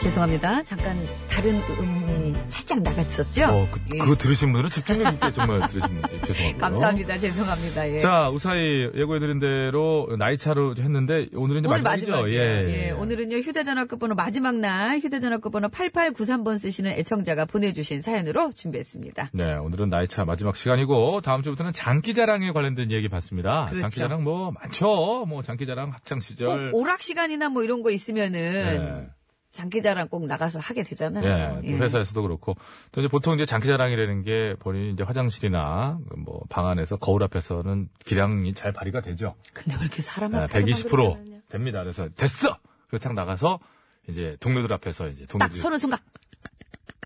[SPEAKER 8] 제
[SPEAKER 2] 죄송합니다. 잠깐 다른 음이 살짝 나갔었죠?
[SPEAKER 1] 어, 그,
[SPEAKER 2] 예.
[SPEAKER 1] 그거 들으신 분들은 집중력 있게 정말 들으신 분들 죄송합니다.
[SPEAKER 2] 감사합니다. 죄송합니다. 예.
[SPEAKER 1] 자, 우사히 예고해드린 대로 나이차로 했는데 오늘은 이제
[SPEAKER 2] 오늘
[SPEAKER 1] 마지막이죠.
[SPEAKER 2] 마지막이에요.
[SPEAKER 1] 예.
[SPEAKER 2] 예, 오늘은요 휴대전화 끝번호 마지막 날 휴대전화 끝번호 8893번 쓰시는 애청자가 보내주신 사연으로 준비했습니다.
[SPEAKER 1] 네, 오늘은 나이차 마지막 시간이고 다음 주부터는 장기자랑에 관련된 얘기 봤습니다.
[SPEAKER 2] 그렇죠.
[SPEAKER 1] 장기자랑 뭐 많죠. 뭐 장기자랑 학창
[SPEAKER 2] 꼭
[SPEAKER 1] 시절.
[SPEAKER 2] 오락 시간이나 뭐 이런 거 있으면은 장기자랑 꼭 나가서 하게 되잖아요.
[SPEAKER 1] 네. 예, 또 회사에서도 그렇고 또 이제 보통 이제 장기자랑이라는 게 본인 이제 화장실이나 뭐 방 안에서 거울 앞에서는 기량이 잘 발휘가 되죠.
[SPEAKER 2] 근데 왜 이렇게 사람
[SPEAKER 1] 네,
[SPEAKER 2] 앞에
[SPEAKER 1] 120% 됩니다. 그래서 됐어. 그렇게 딱 나가서 이제 동료들 앞에서 이제
[SPEAKER 2] 딱
[SPEAKER 1] 동료들
[SPEAKER 2] 서는 순간 어,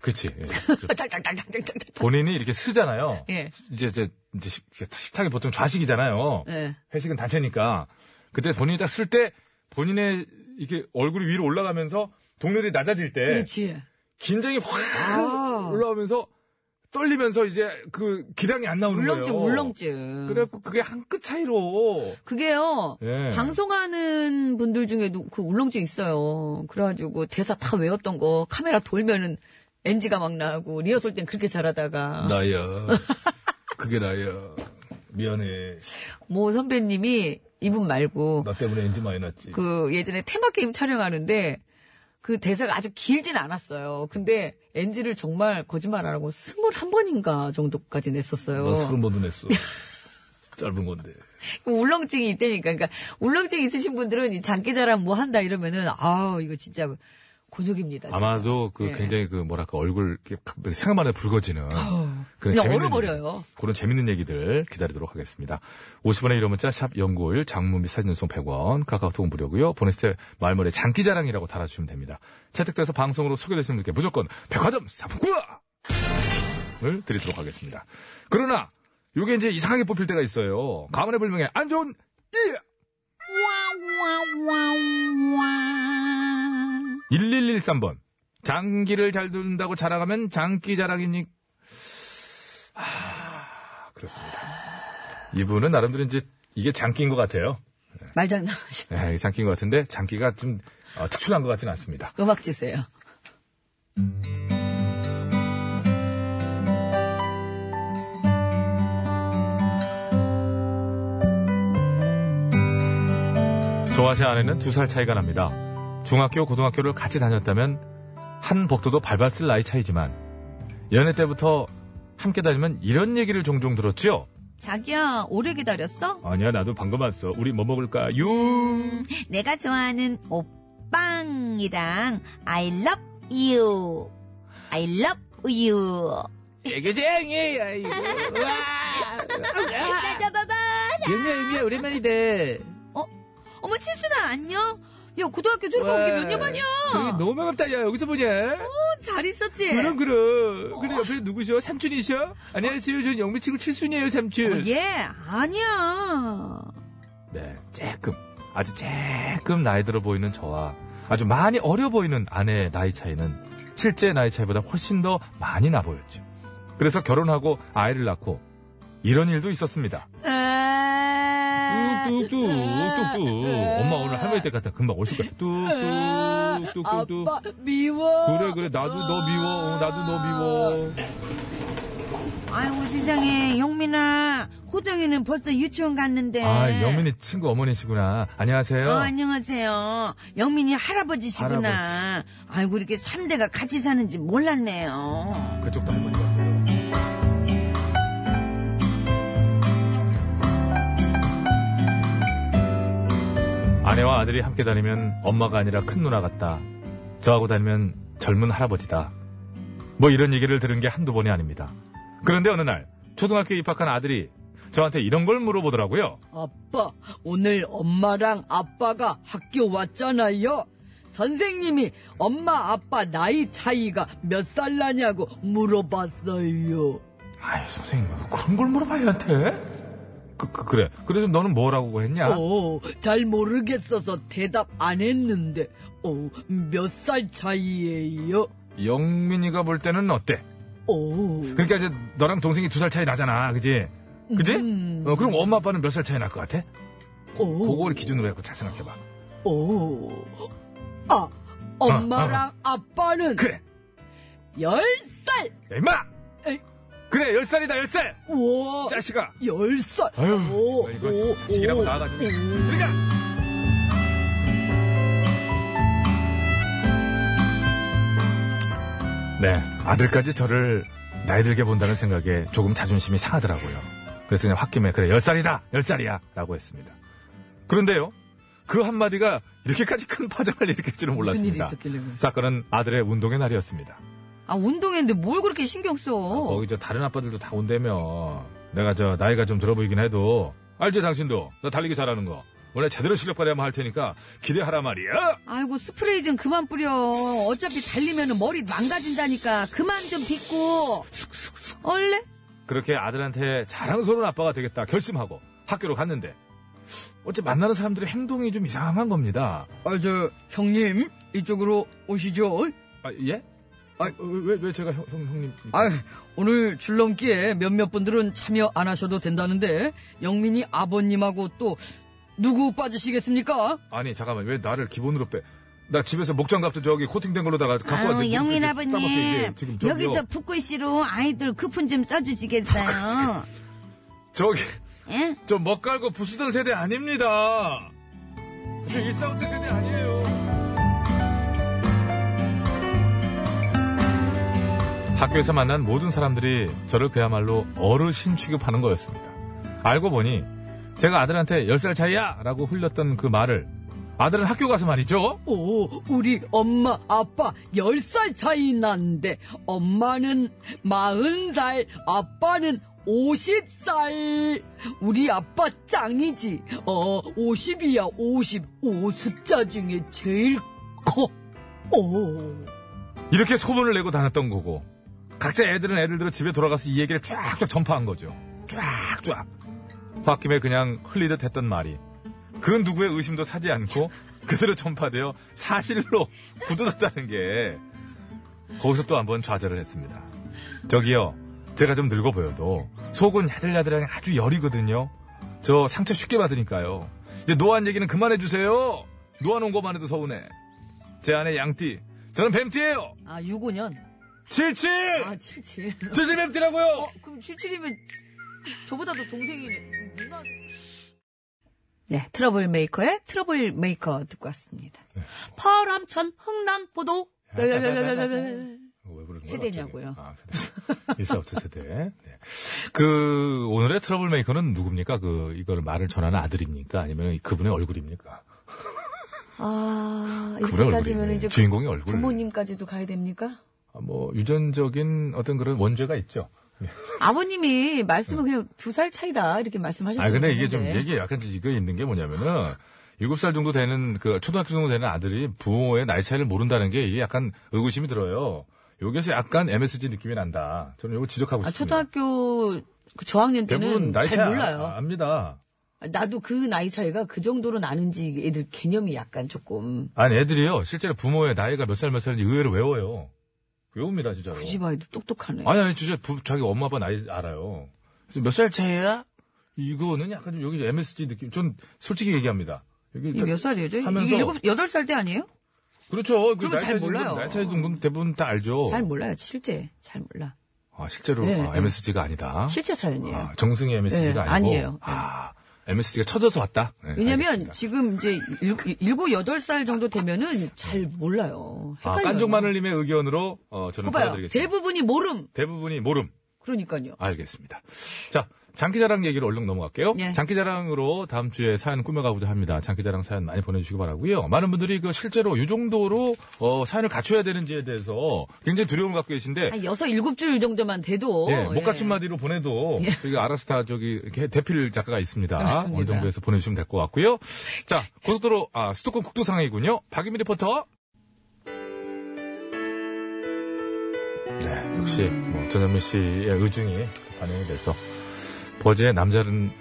[SPEAKER 1] 그렇지. 예. 그
[SPEAKER 2] 딱딱딱딱딱딱
[SPEAKER 1] 본인이 이렇게 쓰잖아요.
[SPEAKER 2] 예.
[SPEAKER 1] 이제 이제 이제 식, 식탁이 보통 좌식이잖아요.
[SPEAKER 2] 예.
[SPEAKER 1] 회식은 단체니까 그때 본인이 딱 쓸 때 본인의 이게 얼굴이 위로 올라가면서 동료들이 낮아질 때
[SPEAKER 2] 그렇지.
[SPEAKER 1] 긴장이 확
[SPEAKER 2] 아.
[SPEAKER 1] 올라오면서 떨리면서 이제 그 기량이 안 나오는
[SPEAKER 2] 울렁증
[SPEAKER 1] 거예요.
[SPEAKER 2] 울렁증.
[SPEAKER 1] 그래갖고 그게 한 끗 차이로
[SPEAKER 2] 그게요.
[SPEAKER 1] 예.
[SPEAKER 2] 방송하는 분들 중에도 그 울렁증 있어요. 그래가지고 대사 다 외웠던 거 카메라 돌면은 NG가 막 나고 리허설 땐 그렇게
[SPEAKER 3] 어?
[SPEAKER 2] 잘하다가
[SPEAKER 9] 나야. 그게 나야. 미안해.
[SPEAKER 2] 모 선배님이 이분 말고
[SPEAKER 9] 나 때문에 엔지 많이 났지.
[SPEAKER 2] 그 예전에 테마 게임 촬영하는데 그 대사가 아주 길진 않았어요. 근데 NG를 정말 거짓말 안 하고 21번인가 정도까지 냈었어요.
[SPEAKER 9] 나 서른 번도 냈어. 짧은 건데.
[SPEAKER 2] 그 울렁증이 있다니까. 그러니까 울렁증 있으신 분들은 이 장기자랑 뭐 한다 이러면은 아우 이거 진짜 곤욕입니다. 진짜.
[SPEAKER 1] 아마도 그
[SPEAKER 2] 예.
[SPEAKER 1] 굉장히 그 뭐랄까 얼굴 이렇게 생각만 해도 붉어지는 그런
[SPEAKER 2] 그냥
[SPEAKER 1] 재밌는
[SPEAKER 2] 얼어버려요.
[SPEAKER 1] 얘기, 그런 재밌는 얘기들 기다리도록 하겠습니다. 50원의 이름 문자 샵 연구일 장문 및 사진 연속 100원 카카오톡 무료고요. 보냈을 때 말머리에 장기자랑이라고 달아주시면 됩니다. 채택돼서 방송으로 소개되시는 분께 무조건 백화점 사품권을 드리도록 하겠습니다. 그러나 요게 이제 이상하게 뽑힐 때가 있어요. 가문의 불명예 안 좋은 일 1113번. 장기를 잘 둔다고 자랑하면 장기 자랑이니. 아, 그렇습니다. 이분은 나름대로 이제 이게 장기인 것 같아요.
[SPEAKER 2] 말장난하시
[SPEAKER 1] 예, 이게 장기인 것 같은데 장기가 좀 어, 특출난 것 같지는 않습니다.
[SPEAKER 2] 음악 주세요.
[SPEAKER 1] 저와 제 아내는 두 살 차이가 납니다. 중학교, 고등학교를 같이 다녔다면 한 복도도 밟았을 나이 차이지만 연애 때부터 함께 다니면 이런 얘기를 종종 들었지요.
[SPEAKER 10] 자기야, 오래 기다렸어? 음,
[SPEAKER 1] 아니야, 나도 방금 왔어. 우리 뭐 먹을까? 유.
[SPEAKER 10] 내가 좋아하는 오빵이랑 I love you. I love you. 애교쟁이, 나 잡아봐.
[SPEAKER 3] 윤미야, 오랜만이다.
[SPEAKER 10] 어머, 칠순아, 안녕? 야, 고등학교 졸업한 게 몇 년 만이야? 어.
[SPEAKER 3] 너무 반갑다, 야, 여기서 보냐?
[SPEAKER 10] 잘 있었지?
[SPEAKER 3] 그럼, 그럼. 근데 옆에 누구셔? 삼촌이셔? 안녕하세요. 저는 영미 친구 칠순이에요, 삼촌.
[SPEAKER 10] 어, 얘, 아니야.
[SPEAKER 1] 네, 조금 아주 조금 나이 들어 보이는 저와 아주 많이 어려 보이는 아내의 나이 차이는 실제 나이 차이보다 훨씬 더 많이 나 보였죠. 그래서 결혼하고 아이를 낳고 이런 일도 있었습니다. 뚝뚝뚝 뚝뚝 엄마 오늘 할머니 댁 갔다 금방 오실 거야. 뚝뚝 뚝뚝뚝
[SPEAKER 2] 아빠 미워.
[SPEAKER 1] 그래 그래 나도 너 미워 어, 나도 너 미워
[SPEAKER 10] 아이고, 세상에, 영민아. 호정이는 벌써 유치원 갔는데.
[SPEAKER 1] 아 영민이 친구 어머니시구나 안녕하세요
[SPEAKER 10] 어, 안녕하세요. 영민이 할아버지시구나. 아이고, 이렇게 3대가 같이 사는지 몰랐네요.
[SPEAKER 1] 그쪽도 할머니 같아요. 아내와 아들이 함께 다니면 엄마가 아니라 큰 누나 같다. 저하고 다니면 젊은 할아버지다. 뭐 이런 얘기를 들은 게 한두 번이 아닙니다. 그런데 어느 날 초등학교에 입학한 아들이 저한테 이런 걸 물어보더라고요.
[SPEAKER 2] 아빠 오늘 엄마랑 아빠가 학교 왔잖아요. 선생님이 엄마 아빠 나이 차이가 몇 살 나냐고 물어봤어요.
[SPEAKER 1] 아유 선생님 왜 그런 걸 물어봐 얘한테? 그, 그, 그래. 그래서 너는 뭐라고 했냐?
[SPEAKER 2] 어, 잘 모르겠어서 대답 안 했는데, 어, 몇 살 차이예요?
[SPEAKER 1] 영민이가 볼 때는 어때?
[SPEAKER 2] 어,
[SPEAKER 1] 그러니까 이제 너랑 동생이 두 살 차이 나잖아, 그지? 그지?
[SPEAKER 2] 음.
[SPEAKER 1] 어, 그럼 엄마 아빠는 몇 살 차이 날 것 같아?
[SPEAKER 2] 어,
[SPEAKER 1] 그걸 기준으로 해서 잘 생각해봐.
[SPEAKER 2] 어, 아,
[SPEAKER 11] 엄마랑 아빠는
[SPEAKER 12] 그래.
[SPEAKER 11] 열 살
[SPEAKER 12] 야, 임마!
[SPEAKER 11] 에이. 어.
[SPEAKER 12] 그래, 열살이다열살
[SPEAKER 11] 우와
[SPEAKER 12] 자식아!
[SPEAKER 11] 열살
[SPEAKER 1] 아유,
[SPEAKER 11] 오,
[SPEAKER 1] 이거
[SPEAKER 11] 오,
[SPEAKER 1] 진짜 자식이라고
[SPEAKER 11] 오,
[SPEAKER 1] 나와가지고.
[SPEAKER 11] 오.
[SPEAKER 12] 들어가! 네, 아들까지 저를 나이 들게 본다는 생각에 조금 자존심이 상하더라고요. 그래서 그냥 홧김에 그래, 열살이다열살이야 라고 했습니다. 그런데요, 그 한마디가 이렇게까지 큰 파장을 일으킬 줄은
[SPEAKER 11] 무슨 일이
[SPEAKER 1] 몰랐습니다.
[SPEAKER 11] 있었길래 그래.
[SPEAKER 1] 사건은 아들의 운동의 날이었습니다.
[SPEAKER 11] 아 운동했는데 뭘 그렇게 신경 써
[SPEAKER 2] 어.
[SPEAKER 1] 아, 거기 저 다른 아빠들도 다 온다며. 내가 저 나이가 좀 들어 보이긴 해도 알지 당신도 나 달리기 잘하는 거. 원래 제대로 실력 발휘하면 할 테니까 기대하라 말이야.
[SPEAKER 11] 아이고 스프레이 좀 그만 뿌려 어차피 달리면 머리 망가진다니까 그만 좀 빗고 얼레
[SPEAKER 1] 그렇게 아들한테 자랑스러운 아빠가 되겠다 결심하고 학교로 갔는데 어째 만나는 사람들의 행동이 좀 이상한 겁니다.
[SPEAKER 11] 어, 아저 형님 이쪽으로 오시죠
[SPEAKER 1] 아, 예?
[SPEAKER 11] 아이.
[SPEAKER 1] 왜왜 제가 형, 형 형님?
[SPEAKER 11] 아, 오늘 줄넘기에 몇몇 분들은 참여 안 하셔도 된다는데 영민이 아버님하고 또 누구 빠지시겠습니까?
[SPEAKER 1] 아니 잠깐만 왜 나를 기본으로 빼? 나 집에서 목장갑도 저기 코팅된 걸로다가 갖고
[SPEAKER 2] 아우,
[SPEAKER 1] 왔는데 뭐
[SPEAKER 2] 영민
[SPEAKER 1] 이렇게 따갑게 이게
[SPEAKER 2] 아버님.
[SPEAKER 1] 지금 저기요.
[SPEAKER 2] 여기서 붓글씨로 아이들 쿠폰 좀 써주시겠어요?
[SPEAKER 1] 저기
[SPEAKER 2] 예?
[SPEAKER 1] 저 먹갈고 부수던 세대 아닙니다. 제 일사후퇴 세대 아니에요. 학교에서 만난 모든 사람들이 저를 그야말로 어르신 취급하는 거였습니다. 알고 보니 제가 아들한테 10살 차이야! 라고 흘렸던 그 말을 아들은 학교 가서 말이죠.
[SPEAKER 11] 오, 우리 엄마 아빠 10살 차이 난데 엄마는 40살, 아빠는 50살. 우리 아빠 짱이지. 어, 50이야, 50. 오 숫자 중에 제일 커. 오.
[SPEAKER 1] 이렇게 소문을 내고 다녔던 거고 각자 애들은 애들 들어 집에 돌아가서 이 얘기를 쫙쫙 전파한 거죠. 쫙쫙. 홧김에 그냥 흘리듯 했던 말이 그 누구의 의심도 사지 않고 그대로 전파되어 사실로 굳어졌다는 게 거기서 또 한 번 좌절을 했습니다. 저기요. 제가 좀 늙어 보여도 속은 야들야들하게 아주 열이거든요. 저 상처 쉽게 받으니까요. 이제 노안 얘기는 그만해 주세요. 노안 온 것만 해도 서운해. 제 아내 양띠. 저는 뱀띠예요.
[SPEAKER 11] 아, 65년.
[SPEAKER 1] 77!
[SPEAKER 11] 아, 77.
[SPEAKER 1] 77뱀띠라고요!
[SPEAKER 11] 어, 그럼 77이면 저보다도 동생이네. 누나. 네, 트러블 메이커의 트러블 메이커 듣고 왔습니다.
[SPEAKER 1] 네.
[SPEAKER 11] 파람천 흥남포도
[SPEAKER 1] 이거 어, 왜 부르는 거야,
[SPEAKER 11] 세대냐고요.
[SPEAKER 1] 갑자기? 아, 세대. 일사부터 세대. 네. 그, 오늘의 트러블메이커는 누굽니까? 그, 이걸 말을 전하는 아들입니까? 아니면 그분의 얼굴입니까?
[SPEAKER 11] 아,
[SPEAKER 1] 그분의
[SPEAKER 11] 이렇게까지면
[SPEAKER 1] 얼굴이네.
[SPEAKER 11] 이제
[SPEAKER 1] 주인공의 얼굴.
[SPEAKER 11] 부모님까지도 가야 됩니까?
[SPEAKER 1] 아, 뭐, 유전적인 어떤 그런 원죄가 있죠. 아,
[SPEAKER 11] 아버님이 말씀은 그냥 두 살 차이다 이렇게 말씀하셨어요. 네.
[SPEAKER 1] 아, 근데 이게 좀 얘기에 약간 이거 있는 게 뭐냐면은, 7살 정도 되는, 그, 초등학교 정도 되는 아들이 부모의 나이 차이를 모른다는 게 이게 약간 의구심이 들어요. 요게서 약간 MSG 느낌이 난다. 저는 요거 지적하고
[SPEAKER 11] 아,
[SPEAKER 1] 싶습니다.
[SPEAKER 11] 초등학교 그 저학년
[SPEAKER 1] 대부분
[SPEAKER 11] 때는
[SPEAKER 1] 나이 차이
[SPEAKER 11] 잘
[SPEAKER 1] 아-
[SPEAKER 11] 몰라요.
[SPEAKER 1] 아- 압니다.
[SPEAKER 11] 나도 그 나이 차이가 그 정도로 나는지 애들 개념이 약간 조금
[SPEAKER 1] 아니 애들이요 실제로 부모의 나이가 몇 살 몇 살인지 의외로 외워요. 외웁니다 진짜로.
[SPEAKER 11] 굳이 뭐- 봐도 똑똑하네.
[SPEAKER 1] 아니 아니 진짜 부- 자기 엄마 아빠 나이 알아요. 몇 살 차이야? 이거는 약간 좀 여기 MSG 느낌. 전 솔직히 얘기합니다. 여기
[SPEAKER 11] 이게
[SPEAKER 1] 딱-
[SPEAKER 11] 몇 살이에요? 저?
[SPEAKER 1] 하면서-
[SPEAKER 11] 이게 일곱, 여덟 살 때 아니에요?
[SPEAKER 1] 그렇죠. 그
[SPEAKER 11] 그러면
[SPEAKER 1] 나이
[SPEAKER 11] 잘
[SPEAKER 1] 차이 정도는-
[SPEAKER 11] 몰라요.
[SPEAKER 1] 나이 차이 정도는 대부분 다 알죠.
[SPEAKER 11] 잘 몰라요. 실제 잘 몰라.
[SPEAKER 1] 아 실제로
[SPEAKER 11] 네,
[SPEAKER 1] 아,
[SPEAKER 11] 네.
[SPEAKER 1] MSG가 아니다.
[SPEAKER 11] 실제 사연이에요.
[SPEAKER 1] 아, 정승의 MSG가
[SPEAKER 11] 네,
[SPEAKER 1] 아니고.
[SPEAKER 11] 아니에요. 네.
[SPEAKER 1] 아 MSG가 쳐져서 왔다. 네,
[SPEAKER 11] 왜냐면
[SPEAKER 1] 알겠습니다.
[SPEAKER 11] 지금 이제 일- 일곱 여덟 살 정도 되면은 잘 몰라요.
[SPEAKER 1] 아,
[SPEAKER 11] 헷갈려요.
[SPEAKER 1] 깐족마늘님의 의견으로 어, 저는
[SPEAKER 11] 봐봐요.
[SPEAKER 1] 받아드리겠습니다.
[SPEAKER 11] 대부분이 모름.
[SPEAKER 1] 대부분이 모름.
[SPEAKER 11] 그러니까요.
[SPEAKER 1] 알겠습니다. 자, 장기자랑 얘기를 얼른 넘어갈게요.
[SPEAKER 11] 예.
[SPEAKER 1] 장기자랑으로 다음 주에 사연 꾸며가고자 합니다. 장기자랑 사연 많이 보내주시기 바라고요. 많은 분들이 그 실제로 이 정도로 어, 사연을 갖춰야 되는지에 대해서 굉장히 두려움을 갖고 계신데
[SPEAKER 11] 한 여섯 일곱 줄 정도만 돼도
[SPEAKER 1] 예, 못 갖춘
[SPEAKER 11] 예.
[SPEAKER 1] 마디로 보내도 저기 알아서 다 저기 이렇게 대필 작가가 있습니다.
[SPEAKER 11] 그렇습니다. 네.
[SPEAKER 1] 어느 정도에서 보내주시면 될 것 같고요. 자, 고속도로 아 수도권 국도 상황이군요. 박유미 리포터. 네, 역시 뭐 전현미 씨의 의중이 반영이 돼서 버즈의 남자를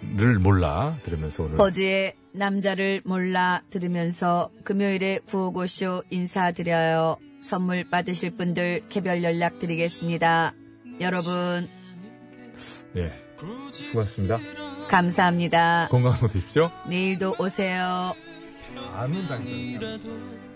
[SPEAKER 1] 몰라 들으면서 오늘
[SPEAKER 11] 버즈의 남자를 몰라 들으면서 금요일에 구호고쇼 인사드려요. 선물 받으실 분들 개별 연락 드리겠습니다. 여러분,
[SPEAKER 1] 예 수고하셨습니다.
[SPEAKER 11] 감사합니다.
[SPEAKER 1] 건강하고 되십시오.
[SPEAKER 11] 내일도 오세요.
[SPEAKER 1] 안 온다니까.